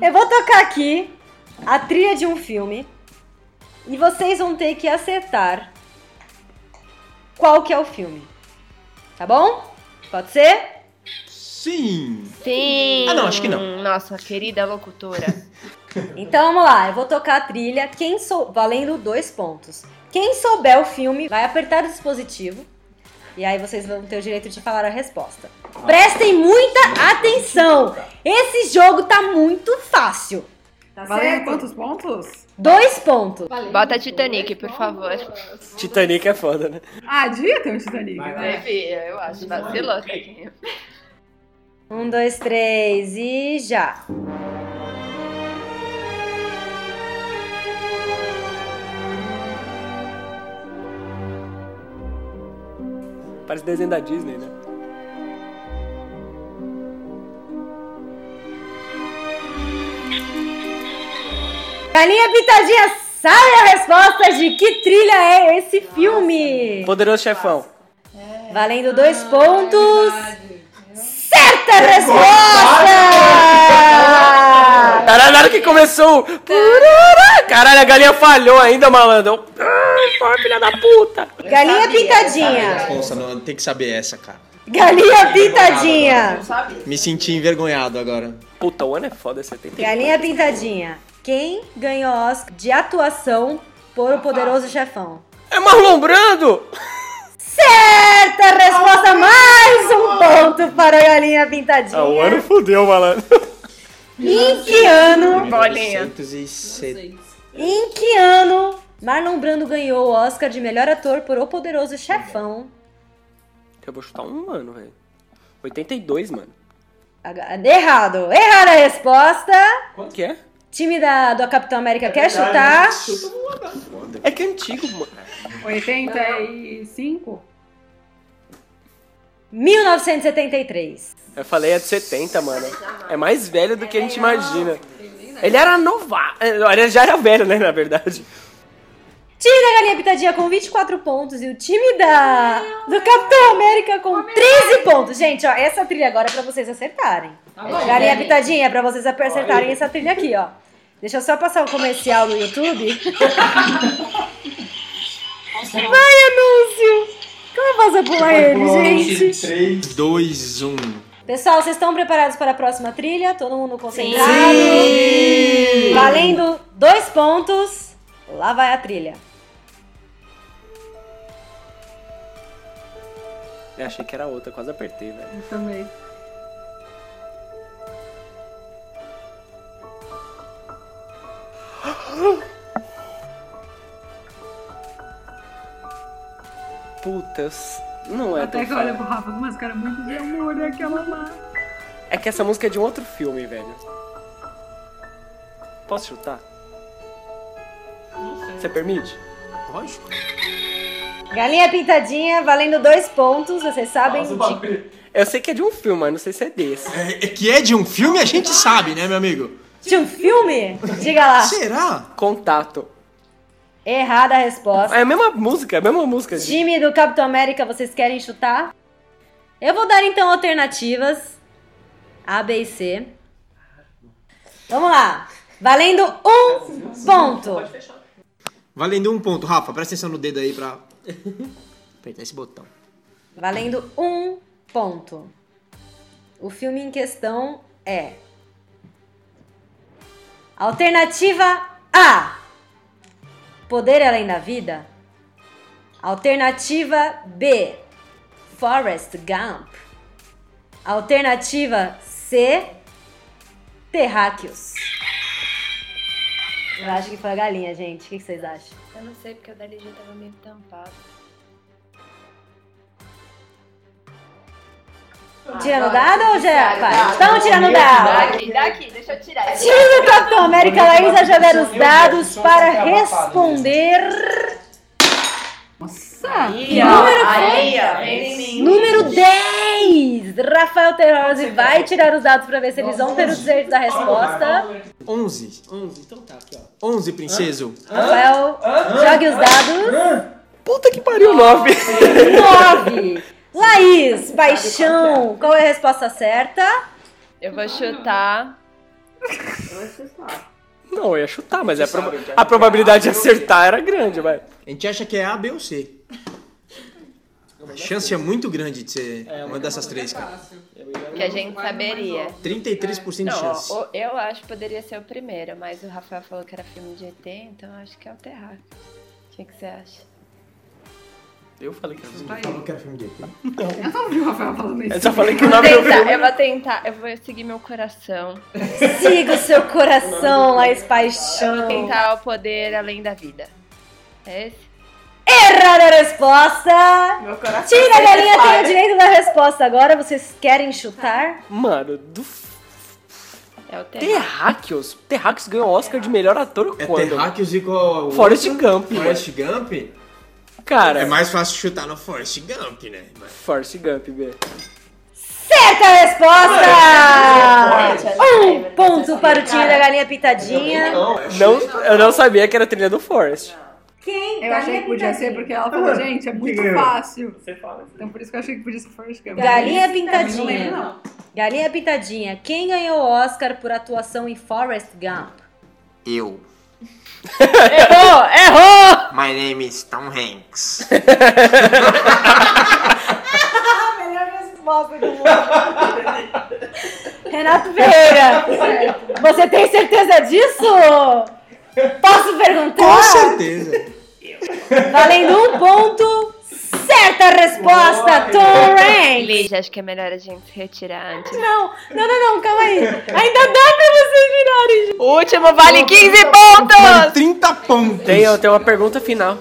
Eu vou tocar aqui a trilha de um filme e vocês vão ter que acertar qual que é o filme. Tá bom? Pode ser?
Sim!
Sim.
Ah, não, acho que não.
Nossa, querida locutora.
Então vamos lá, eu vou tocar a trilha, quem sou valendo dois pontos. Quem souber o filme vai apertar o dispositivo e aí vocês vão ter o direito de falar a resposta. Prestem muita atenção. Esse jogo tá muito fácil.
Tá Valendo quantos pontos?
Dois pontos.
Bota Titanic, por favor.
Titanic é foda, né?
Ah, devia ter um Titanic. né?
Devia, eu acho. Vacilou, Tadinho.
Um, dois, três e já.
Parece desenho da Disney, né?
Galinha Pitadinha sabe a resposta de que trilha é esse filme.
Poderoso chefão.
Valendo dois pontos. Certa
Caralho,
resposta!
Tá na hora que começou. o pururá, Caralho, a galinha falhou ainda, malandro. Ai, porra, filha da puta.
Galinha
Ah,
Pitadinha.
Nossa, não, tem que saber essa, cara.
Galinha Pitadinha.
Me senti envergonhado agora.
Puta, o ano é foda, 70.
Galinha Pintadinha. Quem ganhou Oscar de atuação por O Poderoso Chefão?
É Marlon Brando!
Certa resposta, mais um ponto para a Galinha Pintadinha.
Ah, fodeu, malandro.
Em que ano?
Bolinha.
1970.
Em que ano Marlon Brando ganhou o Oscar de melhor ator por O Poderoso Chefão?
Eu vou chutar um ano, velho. 82, mano.
Aga- Errado. Errada a resposta.
Quanto que é?
Time da, do Capitão América quer chutar.
É que é antigo, mano.
85?
1973.
Eu falei é de 70, mano. É mais velho do que a gente imagina. Ele era novato. Ele já era velho, né, na verdade.
Time da Galinha Pitadinha com 24 pontos e o time da do Capitão América com 13 pontos. Gente, ó, essa trilha agora é pra vocês acertarem.
bom.
Galinha Pitadinha, é pra vocês acertarem essa trilha aqui, ó. Deixa eu só passar o comercial no YouTube. Vai, anúncio! Como eu faço a pular ele, gente?
3, 2, 1.
Pessoal, vocês estão preparados para a próxima trilha? Todo mundo concentrado?
Sim!
Valendo dois pontos. Lá vai a trilha.
Eu achei que era outra, quase apertei, velho.
Eu também.
Puta, eu s- não é
Até
tão
que eu olho
fácil.
pro Rafa com umas caras muito de amor, é aquela lá.
É que essa música é de um outro filme, velho. Posso chutar? Você permite?
Lógico.
Galinha pintadinha, valendo dois pontos. Vocês sabem de...
Eu sei que é de um filme, mas não sei se é desse.
É, é que é de um filme, a gente sabe, né, meu amigo?
de um filme? Diga lá.
Será?
Contato.
Errada a resposta.
É a mesma música, é a mesma música. gente.
Jimmy do Capitão América, vocês querem chutar? Eu vou dar então alternativas A, B e C. Vamos lá. Valendo um ponto.
Valendo um ponto. Rafa, presta atenção no dedo aí pra apertar esse botão.
Valendo um ponto. O filme em questão é. Alternativa A: Poder Além da Vida. Alternativa B: Forrest Gump. Alternativa C: Terráqueos. Eu acho que foi a galinha, gente. O que que vocês acham?
Eu não sei porque o da LG tava meio tampado.
Tá Tirando
Ah, Agora,
dado ou já?
dado,
Vai.
dado.
Estamos tirando dado.
Daqui, daqui, deixa eu tirar.
Time do Capitão América, Laísa já deram os dados para responder.
Nossa!
E número Número 10! Rafael Terrose vai tirar os dados para ver se eles vão ter o direito da resposta.
11.
11, então tá aqui, ó.
11, princeso.
Rafael, jogue os dados.
Puta que pariu, 9.
9! Laís, paixão, qual é a resposta certa?
Eu vou chutar.
(laughs) Não, eu ia chutar, mas é a, proba- a probabilidade de acertar era grande, vai.
A gente acha que é A, B ou C. A chance é muito grande de ser uma dessas três, cara.
Que a gente saberia.
33% de
É,
Não,
chance.
ó, o- eu acho que poderia ser o primeiro, mas o Rafael falou que era filme de ET, então eu acho que é o Terráqueo. O que, que você acha?
Eu falei que era filme
Tá aí.
Eu não quero filme de ET.
Eu não vi o Rafael falando isso.
Eu só falei que o
Eu vou
nome do
tentar, eu
filme...
vou tentar, eu vou seguir meu coração.
Siga o seu coração, Laís Paixão.
Vou tentar o poder além da vida. É esse?
Errada a resposta!
coração
Tira a
sempre
galinha, tem
falha.
o direito da resposta agora. Vocês querem chutar?
Mano, do
É o
Terráqueos. Terráqueos ganhou o Oscar de melhor ator
É
quando?
Terráqueos e qual?
Forrest Gump.
Forrest Gump?
Cara.
É mais fácil chutar no Forrest Gump, né?
Forrest Gump, B.
Certa
Olha,
é
resposta! Um ponto para o time da galinha pintadinha.
Não, eu não sabia que era a trilha do Forrest.
Quem?
Eu achei que podia ser porque ela falou, gente, é muito
Ganhou.
fácil. Você fala. Então por isso que eu achei que é podia ser Forrest Gump.
Galinha
Não lembro,
pintadinha.
não.
Galinha pintadinha. Quem ganhou o Oscar por atuação em Forrest Gump?
Eu.
Errou! Errou!
My name is Tom Hanks. (laughs)
Melhor resposta do mundo. Renato
(laughs)
Ferreira, você tem certeza disso? Posso perguntar? Com certeza. Valendo um ponto, certa resposta, Tom Hanks.
Lígia, acho que é melhor a gente se retirar antes.
Não, não, não, não, calma aí. Ainda dá pra vocês virarem. gente.
Último vale 15 pontos!
30 pontos!
Tem, eu tenho uma pergunta final.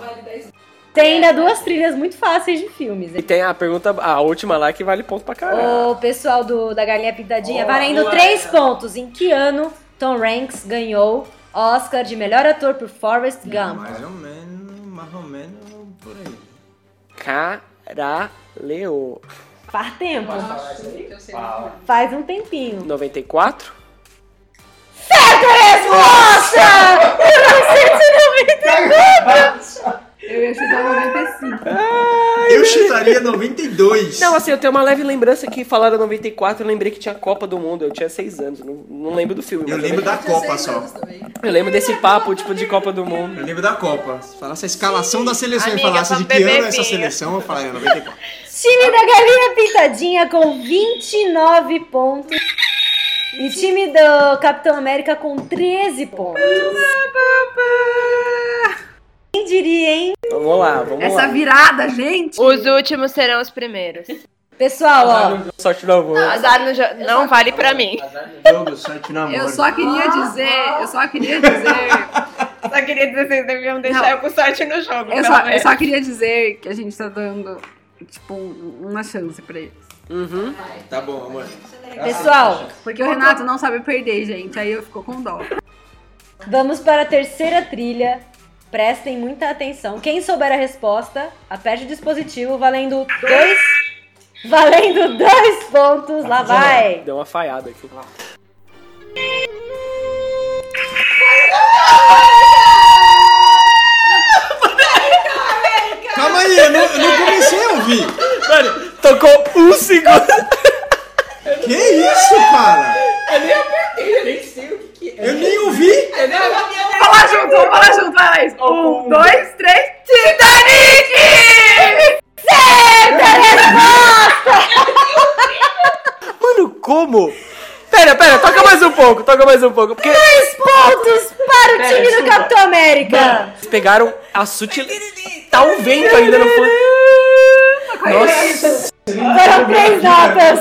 Tem ainda duas trilhas muito fáceis de filmes.
E tem a pergunta, a última lá que vale ponto pra caralho.
O pessoal do, da Galinha Pintadinha,
Ó,
valendo
boa.
três pontos. Em que ano Tom Hanks ganhou Oscar de melhor ator por Forrest Gump?
Mais ou menos, mais ou menos por aí.
Caralho.
Faz tempo.
Eu sei.
Faz um tempinho.
94?
Certa resposta! 1994!
Eu ia chutar 95.
eu chutaria 92.
Não, assim, eu tenho uma leve lembrança que falaram 94, eu lembrei que tinha Copa do Mundo, eu tinha 6 anos, não, não lembro do filme.
Eu lembro da Copa só.
Eu lembro desse papo, tipo, de Copa do Mundo.
Eu lembro da Copa. Se falasse a escalação da seleção e
Amiga,
falasse de
vamos
que ano
beber
é essa
vinho.
seleção, eu falaria 94.
Time da Galinha Pintadinha com 29 pontos. E time do Capitão América com 13 pontos. Quem diria, hein?
Vamos lá, vamos lá.
virada, gente! Os últimos serão os primeiros.
Pessoal, ó.
Ah, Sorte do avô.
Azar no jo- não vale pra mim.
Jogo, sorte na
Eu só queria dizer, eu só queria (laughs) dizer.
Só queria dizer, vocês deviam deixar
Não.
eu com sorte no jogo.
Eu
pelo
só, eu
menos.
só queria dizer que a gente tá dando, tipo, uma chance pra eles.
Uhum.
Tá bom, amor.
Pessoal,
Porque o Renato não sabe perder, gente. Aí eu fico com dó.
vamos para a terceira trilha. Prestem muita atenção. Quem souber a resposta, aperte o dispositivo valendo dois. Valendo dois pontos. Lá vai.
Deu uma falhada aqui.
Calma aí, eu não, eu não comecei a ouvir.
Mano, tocou um segundo.
Que isso, cara?
Eu nem apertei, eu nem sei o que, que é.
Eu nem ouvi.
Eu nem
Fala junto, vamos falar junto, vai mais. Um, dois, três. Titanic!
Mano, como? Pera, pera, toca mais um pouco, toca mais um pouco. Porque
Dois pontos para o
Pera,
time do
desculpa.
Capitão América.
eles pegaram a sutil. Tá um vento ainda no fundo. Nossa.
Foram três notas.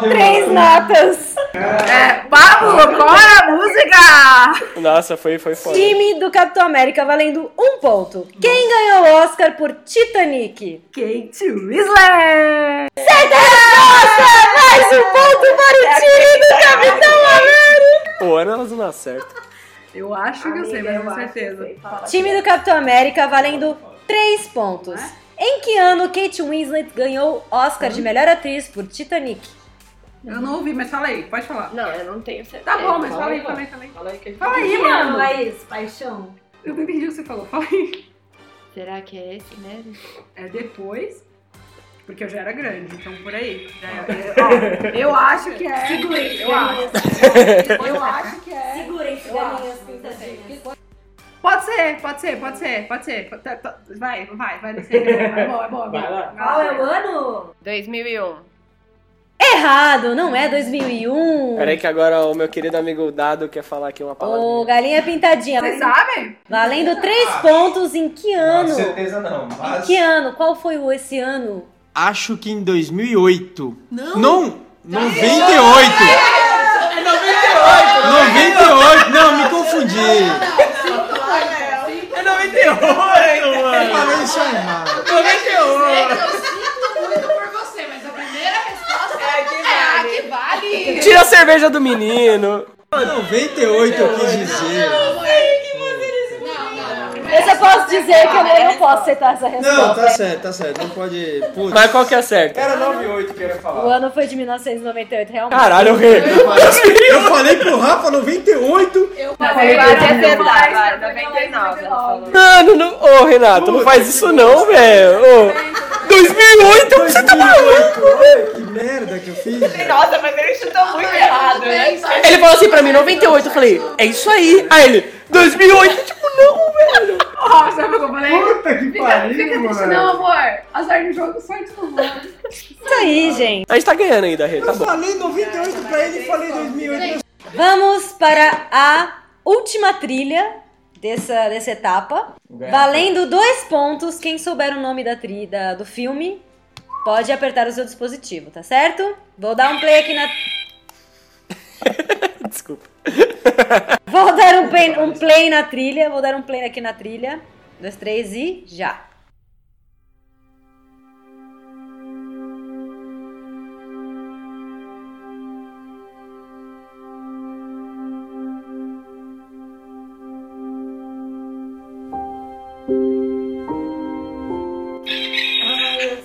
Três notas.
É, vamos, bora, música!
Nossa, foi, foi foda.
Time do Capitão América valendo um ponto. Quem ganhou o Oscar por Titanic?
Kate Whistler!
Certa resposta! Mais um ponto para o time do Capitão América!
O ano elas não acertam.
Eu acho que eu sei, mas não tenho certeza.
Time do Capitão América valendo três pontos.
é?
Em que ano Kate Winslet ganhou Oscar de melhor atriz por Titanic?
Eu não ouvi, mas fala aí, pode falar.
Não, eu não tenho certeza.
Tá bom, mas
Fala
fala aí,
aí,
fala aí, fala aí.
Fala aí que ele
Fala aí, mano.
Laís, paixão.
Eu não entendi o que você falou, (laughs) fala aí.
Será que é esse mesmo?
É depois, porque eu já era grande, então por aí. Já era- ó, (laughs) eu acho que é.
Segurem,
eu acho.
Eu acho
que é.
Segurem-se, galinhas pintadinhas.
Pode ser, pode ser, pode ser, pode ser. Tá, tá, Vai, vai, vai descer. É bom, é bom. é bom.
Vai lá.
Qual é o ano?
2001.
Errado, não é 2001.
Peraí que agora o meu querido amigo Dado quer falar aqui uma palavra.
Ô, galinha pintadinha.
Vocês sabem?
Valendo três pontos em que ano?
não,
Em que ano? Qual foi o esse ano?
Acho que em 2008.
Não.
Não! 98!
É 98!
98! Não, me confundi!
É 98,
Eu falei isso aí, mano.
98! Eu sinto muito por você, mas a primeira resposta é a que vale.
Tira a cerveja do menino.
98 eu quis dizer.
Eu só posso dizer que eu não posso aceitar essa resposta.
Não, tá certo, tá certo. Não pode. Putz.
Mas qual que é certo?
Era 98 que eu ia
O ano foi de 1998, realmente.
Caralho, o rei.
Eu falei, eu falei pro Rafa 98.
Quase acertar, vai, 99. ela falou.
Mano, não... ô Renato, não faz isso não, velho. Ô, 2008, você tá maluco?
Olha que merda que eu fiz. velho.
Nossa, mas ele chutou muito errado, né?
Ele falou assim pra mim, 98. Eu falei, é isso aí. Aí ele, 2008. Tipo, não, velho.
Ó, sabe o que eu falei?
Puta que
Fica
pariu,
triste, não,
mano.
amor. Azar no jogo, sorte no mundo.
Isso aí, gente.
A gente tá ganhando ainda, Rê, tá
Eu
bom.
falei 98 pra ele e falei 2008.
Vamos para a última trilha dessa, dessa etapa. Valendo dois pontos, quem souber o nome da trilha do filme pode apertar o seu dispositivo, tá certo? Vou dar um play aqui na.
Desculpa.
Vou dar um play, um play na trilha. Vou dar um play aqui na trilha. Um, Dois, três e já.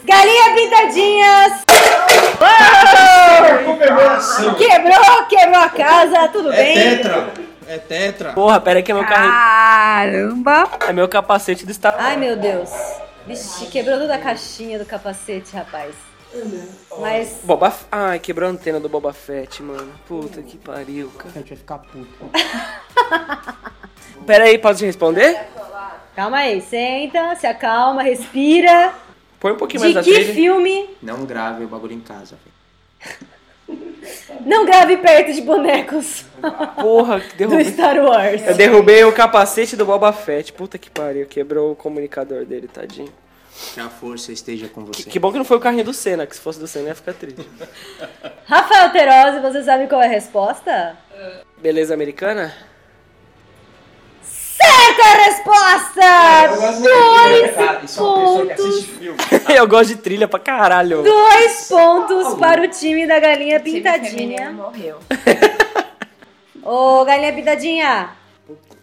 Galinha Pintadinhas!
Ah!
Quebrou, quebrou a casa, tudo
É
bem?
tetra. É tetra.
Porra, pera aí que é meu carrinho.
Caramba.
É meu capacete do Star
Ai, meu Deus. Vixe, quebrou toda a caixinha do capacete, rapaz. Mas.
Boba F- Ai, quebrou a antena do Boba Fett, mano. Puta que pariu, cara.
Fett vai ficar puto.
(laughs) Pera aí, posso te responder?
Calma aí, senta, se acalma, respira.
Põe um pouquinho
De
mais
que
da trilha.
filme?
Não grave o bagulho em casa, velho.
Não grave perto de bonecos
Porra, que derrubei.
do Star Wars.
Eu derrubei o capacete do Boba Fett. Puta que pariu, quebrou o comunicador dele, tadinho.
Que a força esteja com você.
Que bom que não foi o carrinho do Senna, que se fosse do Senna ia ficar triste.
Rafael Terose, você sabe qual é a resposta?
Beleza americana? (laughs)
Certa resposta!
é
Dois pontos!
Eu gosto de trilha pra caralho.
Dois pontos para o time da Galinha Pintadinha.
morreu.
Ô, Galinha Pintadinha,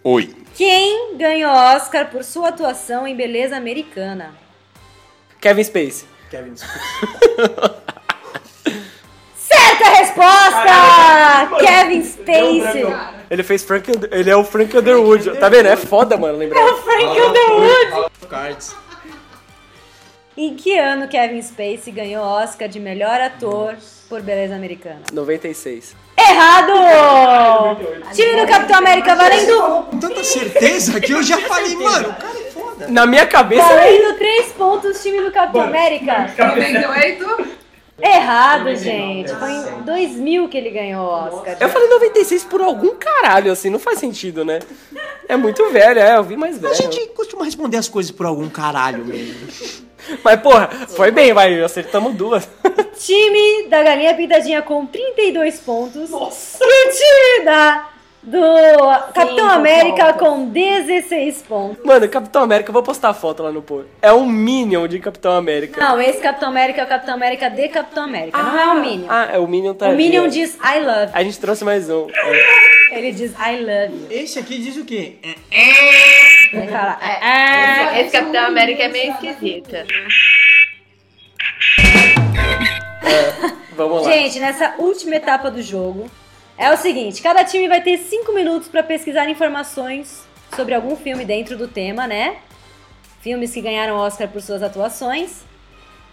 Oi.
quem ganhou Oscar por sua atuação em Beleza Americana?
Kevin Space.
Kevin Space.
Certa resposta! Kevin Spacey.
Ele fez Frank. Under- Ele é o Frank Underwood. Tá vendo? É foda, mano, lembrar.
É o Frank Underwood.
Cards.
Em que ano Kevin Spacey ganhou Oscar de melhor ator por Beleza Americana?
96.
Errado! Time do Capitão América valendo
Com tanta certeza que eu já falei, mano, o cara é foda.
Na minha cabeça.
Valendo 3 pontos, time do Capitão
Bom,
América. né?
98.
Errado, gente. Foi em 2000 que ele ganhou o Oscar.
Eu falei 96 por algum caralho, assim, não faz sentido, né? É muito velho, é, eu vi mais velho.
A gente costuma responder as coisas por algum caralho mesmo.
Mas, porra, foi bem, vai, acertamos duas.
Time da Galinha Pintadinha com 32 pontos. Nossa! E o time da, do Capitão América com 16 pontos.
Mano, Capitão América, eu vou postar a foto lá no post. É um Minion de Capitão América.
Não, esse Capitão América é o Capitão América de Capitão América. não é o Minion.
Ah, é o Minion tá
o
ali,
Minion
ó.
diz I love.
A gente trouxe mais um.
Ele diz I love. you."
Esse aqui diz o quê? É,
Ele fala. "Ah,
É.
ah."
Esse, esse Capitão América é meio esquisito.
Vamos lá.
Gente, nessa última etapa do jogo, é o seguinte: cada time vai ter 5 minutos para pesquisar informações sobre algum filme dentro do tema, né? Filmes que ganharam Oscar por suas atuações.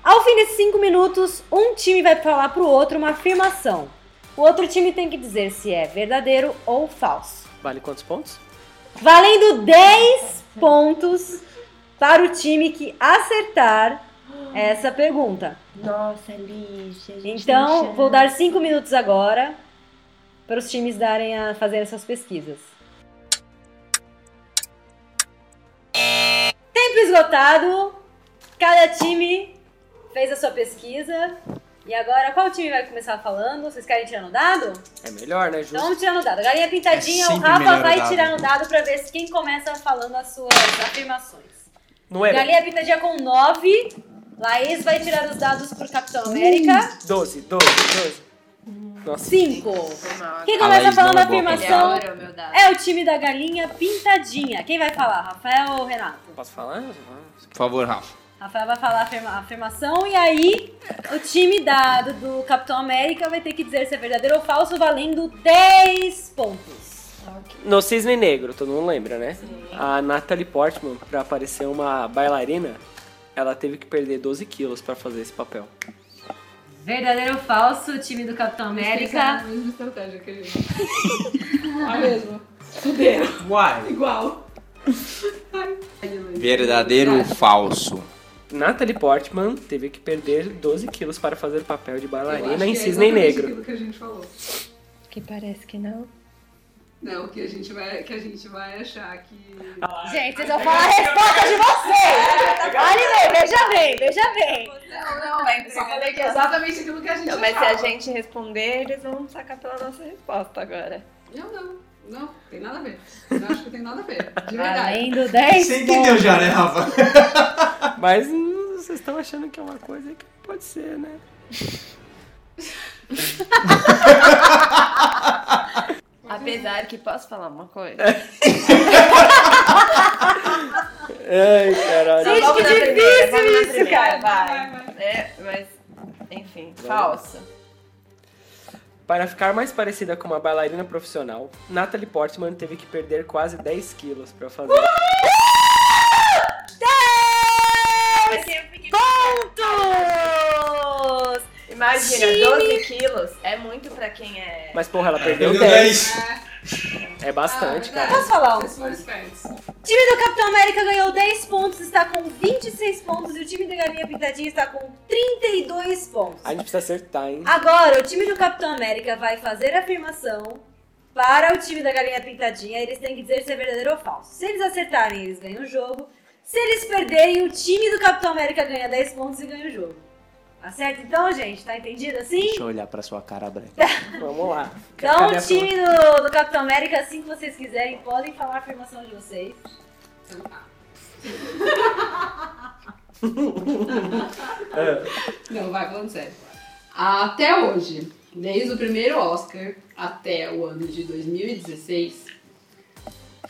Ao fim desses 5 minutos, um time vai falar pro outro uma afirmação. O outro time tem que dizer se é verdadeiro ou falso.
Vale quantos pontos?
Valendo 10 pontos para o time que acertar essa pergunta.
Nossa, lixa.
Então, vou dar cinco minutos agora para os times darem a fazer essas pesquisas. Tempo esgotado. Cada time fez a sua pesquisa. E agora, qual time vai começar falando? Vocês querem tirar no dado?
É melhor, né,
Então
Justo?
vamos tirar no dado. Galinha Pintadinha,
É
o
sempre
Rafa
melhor o
vai
dado.
tirar no dado para ver se quem começa falando as suas afirmações.
Não é, era?
Galinha Pintadinha com 9. Laís vai tirar os dados pro Capitão América.
12, 12, 12. Nossa.
5. Quem
A Laís
começa
não
falando
é
a
boa pra
afirmação
falar.
é o time da galinha pintadinha. Quem vai falar, Rafael ou Renato?
Posso falar?
Uhum.
Por favor, Rafa.
Rafael vai falar a afirma- a afirmação e aí o time da, do, do Capitão América vai ter que dizer se é verdadeiro ou falso, valendo 10 pontos.
No Cisne Negro, todo mundo lembra, né? A Natalie Portman, pra aparecer uma bailarina, ela teve que perder 12 quilos pra fazer esse papel.
Verdadeiro ou falso, o time do Capitão América.
Mesma estratégia que ele. A mesma.
Uai.
Igual.
Verdadeiro ou falso?
Natalie Portman teve que perder 12 quilos para fazer o papel de
Eu
bailarina
acho
em
que é
Cisne
exatamente
Negro.
aquilo que a gente falou.
Que parece que não.
Não, que a gente vai, que a gente vai achar que.
Gente, vocês vão falar a resposta de vocês! Olha bem, veja bem, veja bem.
Não, não, é só falei que é exatamente aquilo que a gente
Não, mas se
achava.
a gente responder, eles vão sacar pela nossa resposta agora.
Não, não. Não, tem nada a ver. Não acho que tem nada a ver. De verdade.
Valendo 10
Você entendeu já, né, Rafa?
Mas hum, vocês estão achando que é uma coisa que pode ser, né?
Apesar que posso falar uma coisa?
Ai, caralho.
Não, vamos na primeira, vamos na primeira,
Vai,
É, mas, enfim, falso.
Para ficar mais parecida com uma bailarina profissional, Natalie Portman teve que perder quase 10 quilos pra fazer.
Imagina, 12 quilos é muito pra quem é.
Mas, porra, ela perdeu
perdeu
10. É bastante,
Ah,
Eu
cara.
Posso falar um? time do Capitão América ganhou 10 pontos, está com 26 pontos. E o time da Galinha Pintadinha está com 32
é-
pontos.
A gente precisa acertar, hein?
Agora, o time do Capitão América vai fazer a afirmação para o time da Galinha Pintadinha. Eles têm que dizer se é verdadeiro ou falso. Se eles acertarem, eles ganham o jogo. Se eles perderem, o time do Capitão América ganha 10 pontos e ganha o jogo. Acerta então, gente? Tá entendido assim?
Deixa eu olhar pra sua cara,
(laughs)
branca. Vamos lá.
Então,
Cadê a
o time do, do Capitão América, assim que vocês quiserem, podem falar a afirmação de vocês.
Não, vai falando sério. Até hoje, desde o primeiro Oscar até o ano de 2016,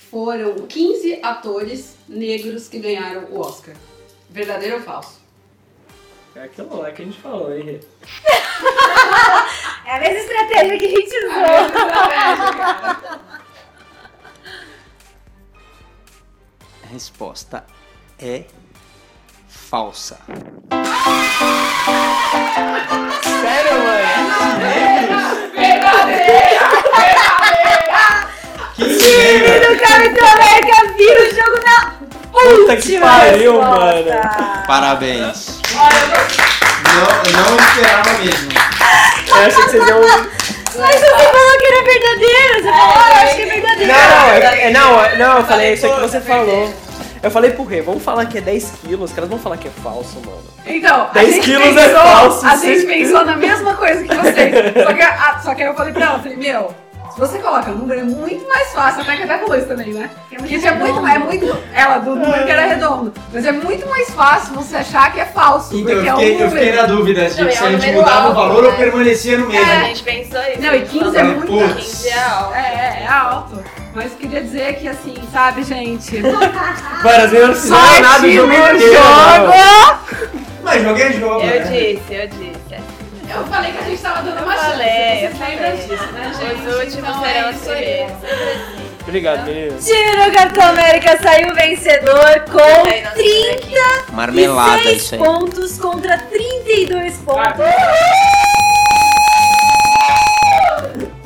foram 15 atores negros que ganharam o Oscar. Verdadeiro ou falso?
É aquilo lá que a gente falou, hein?
É a mesma estratégia que a gente usou.
A
Ah,
mesma estratégia,
A resposta é falsa.
Sério, mano?
time do Capitão América vira o jogo na
Puta que
última
pariu,
resposta.
mano.
Parabéns. Não, eu não esperava mesmo.
Eu achei que um- vocês iam.
Mas
Ah.
você falou que era verdadeiro. Você falou, ah, eu acho que é
(laughs) Não,
verdadeiro.
não, é- é- não, é- não, eu falei isso é que você falou. Eu falei pro Rê, vamos falar que é 10 quilos, que elas vão falar que é falso, mano.
Então, a
10
gente
quilos
pensou,
é falso,
A
sim.
gente pensou na mesma coisa que
(laughs)
vocês. só, que, a- só que eu falei pra ela, falei, meu, se você coloca um número é muito mais fácil, até que até com luz também, né? Porque é muito, é muito. Ela, do número que era redondo. Mas é muito mais fácil você achar que é falso.
Então, eu
porque é um
fiquei, eu
número.
fiquei na dúvida tipo,
Não, é
se
um
a gente
número
mudava o
alto,
valor ou
né?
permanecia
É.
no mesmo.
A gente pensou isso.
Não, e 15 é muito.
Putz.
15 é alto.
É, é, é alto. Mas queria dizer que assim, sabe, gente?
Mano, às vezes eu não
Ah, Só
precisava
é
nada do
time
jogo
no
inteiro.
jogo!
Mas joguei jogo.
Eu
né?
disse, eu disse.
(laughs) Eu falei que a gente tava dando uma
Eu
chance.
falei,
vocês
eu
lembram
falei.
disso, né,
Os
gente? é
últimos serão os
isso aí.
Obrigado, menino.
Time do Capitão América saiu vencedor com 30
Marmelada,
e seis
isso aí.
pontos contra 32 pontos.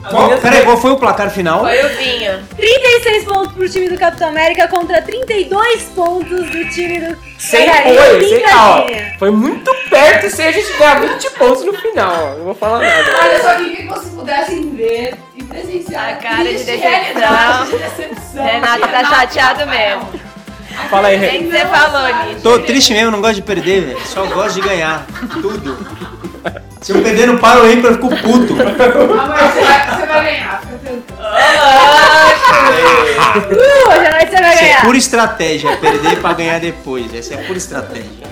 Qual, peraí, qual foi o placar final?
Foi o vinho.
36 pontos pro time do Capitão América contra 32 pontos do time do
Sem
da Galinha
foi, sem ó,
Pintadinha.
Foi muito perto e se a gente ganhar 20 pontos no final, ó, não vou falar nada.
Olha só, queria que vocês pudessem ver e presenciar.
A cara de
triste
decepção.
realidade de decepção.
É,
Renata tá chateado
Rafael.
mesmo.
Fala aí,
Nem
Rê.
que você falou, Nidia.
Tô triste mesmo, não gosto de perder, velho. Só gosto de ganhar. Tudo.
Se eu perder no paro ímpar, eu fico
(laughs)
puto.
Amanhã você vai, você vai ganhar. fica tranquilo.
Ah.
Uh, hoje à noite você vai
Isso é
ganhar.
pura estratégia, perder pra ganhar depois. Essa é pura estratégia.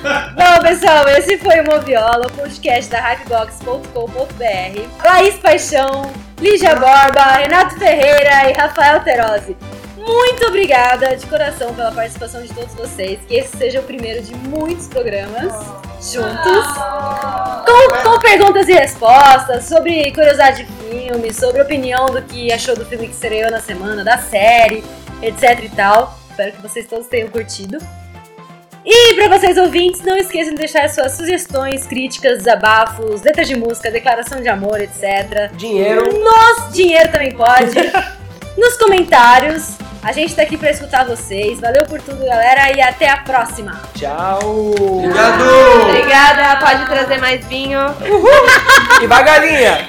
Bom, pessoal, esse foi o Moviola, o podcast da Hypebox.com.br. Laís Paixão, Lígia Borba, Renato Ferreira e Rafael Terose. Muito obrigada de coração pela participação de todos vocês. Que esse seja o primeiro de muitos programas juntos. Com, com perguntas e respostas sobre curiosidade de filme, sobre opinião do que achou do filme que estreou na semana, da série, etc e tal. Espero que vocês todos tenham curtido. E para vocês ouvintes, não esqueçam de deixar suas sugestões, críticas, desabafos, letras de música, declaração de amor, etc.
Dinheiro.
Hum.
Nos dinheiro também pode. Nos comentários. A gente tá aqui para escutar vocês. Valeu por tudo, galera, e até a próxima.
Tchau.
Obrigado!
Obrigada, pode trazer mais vinho.
E vai, galinha.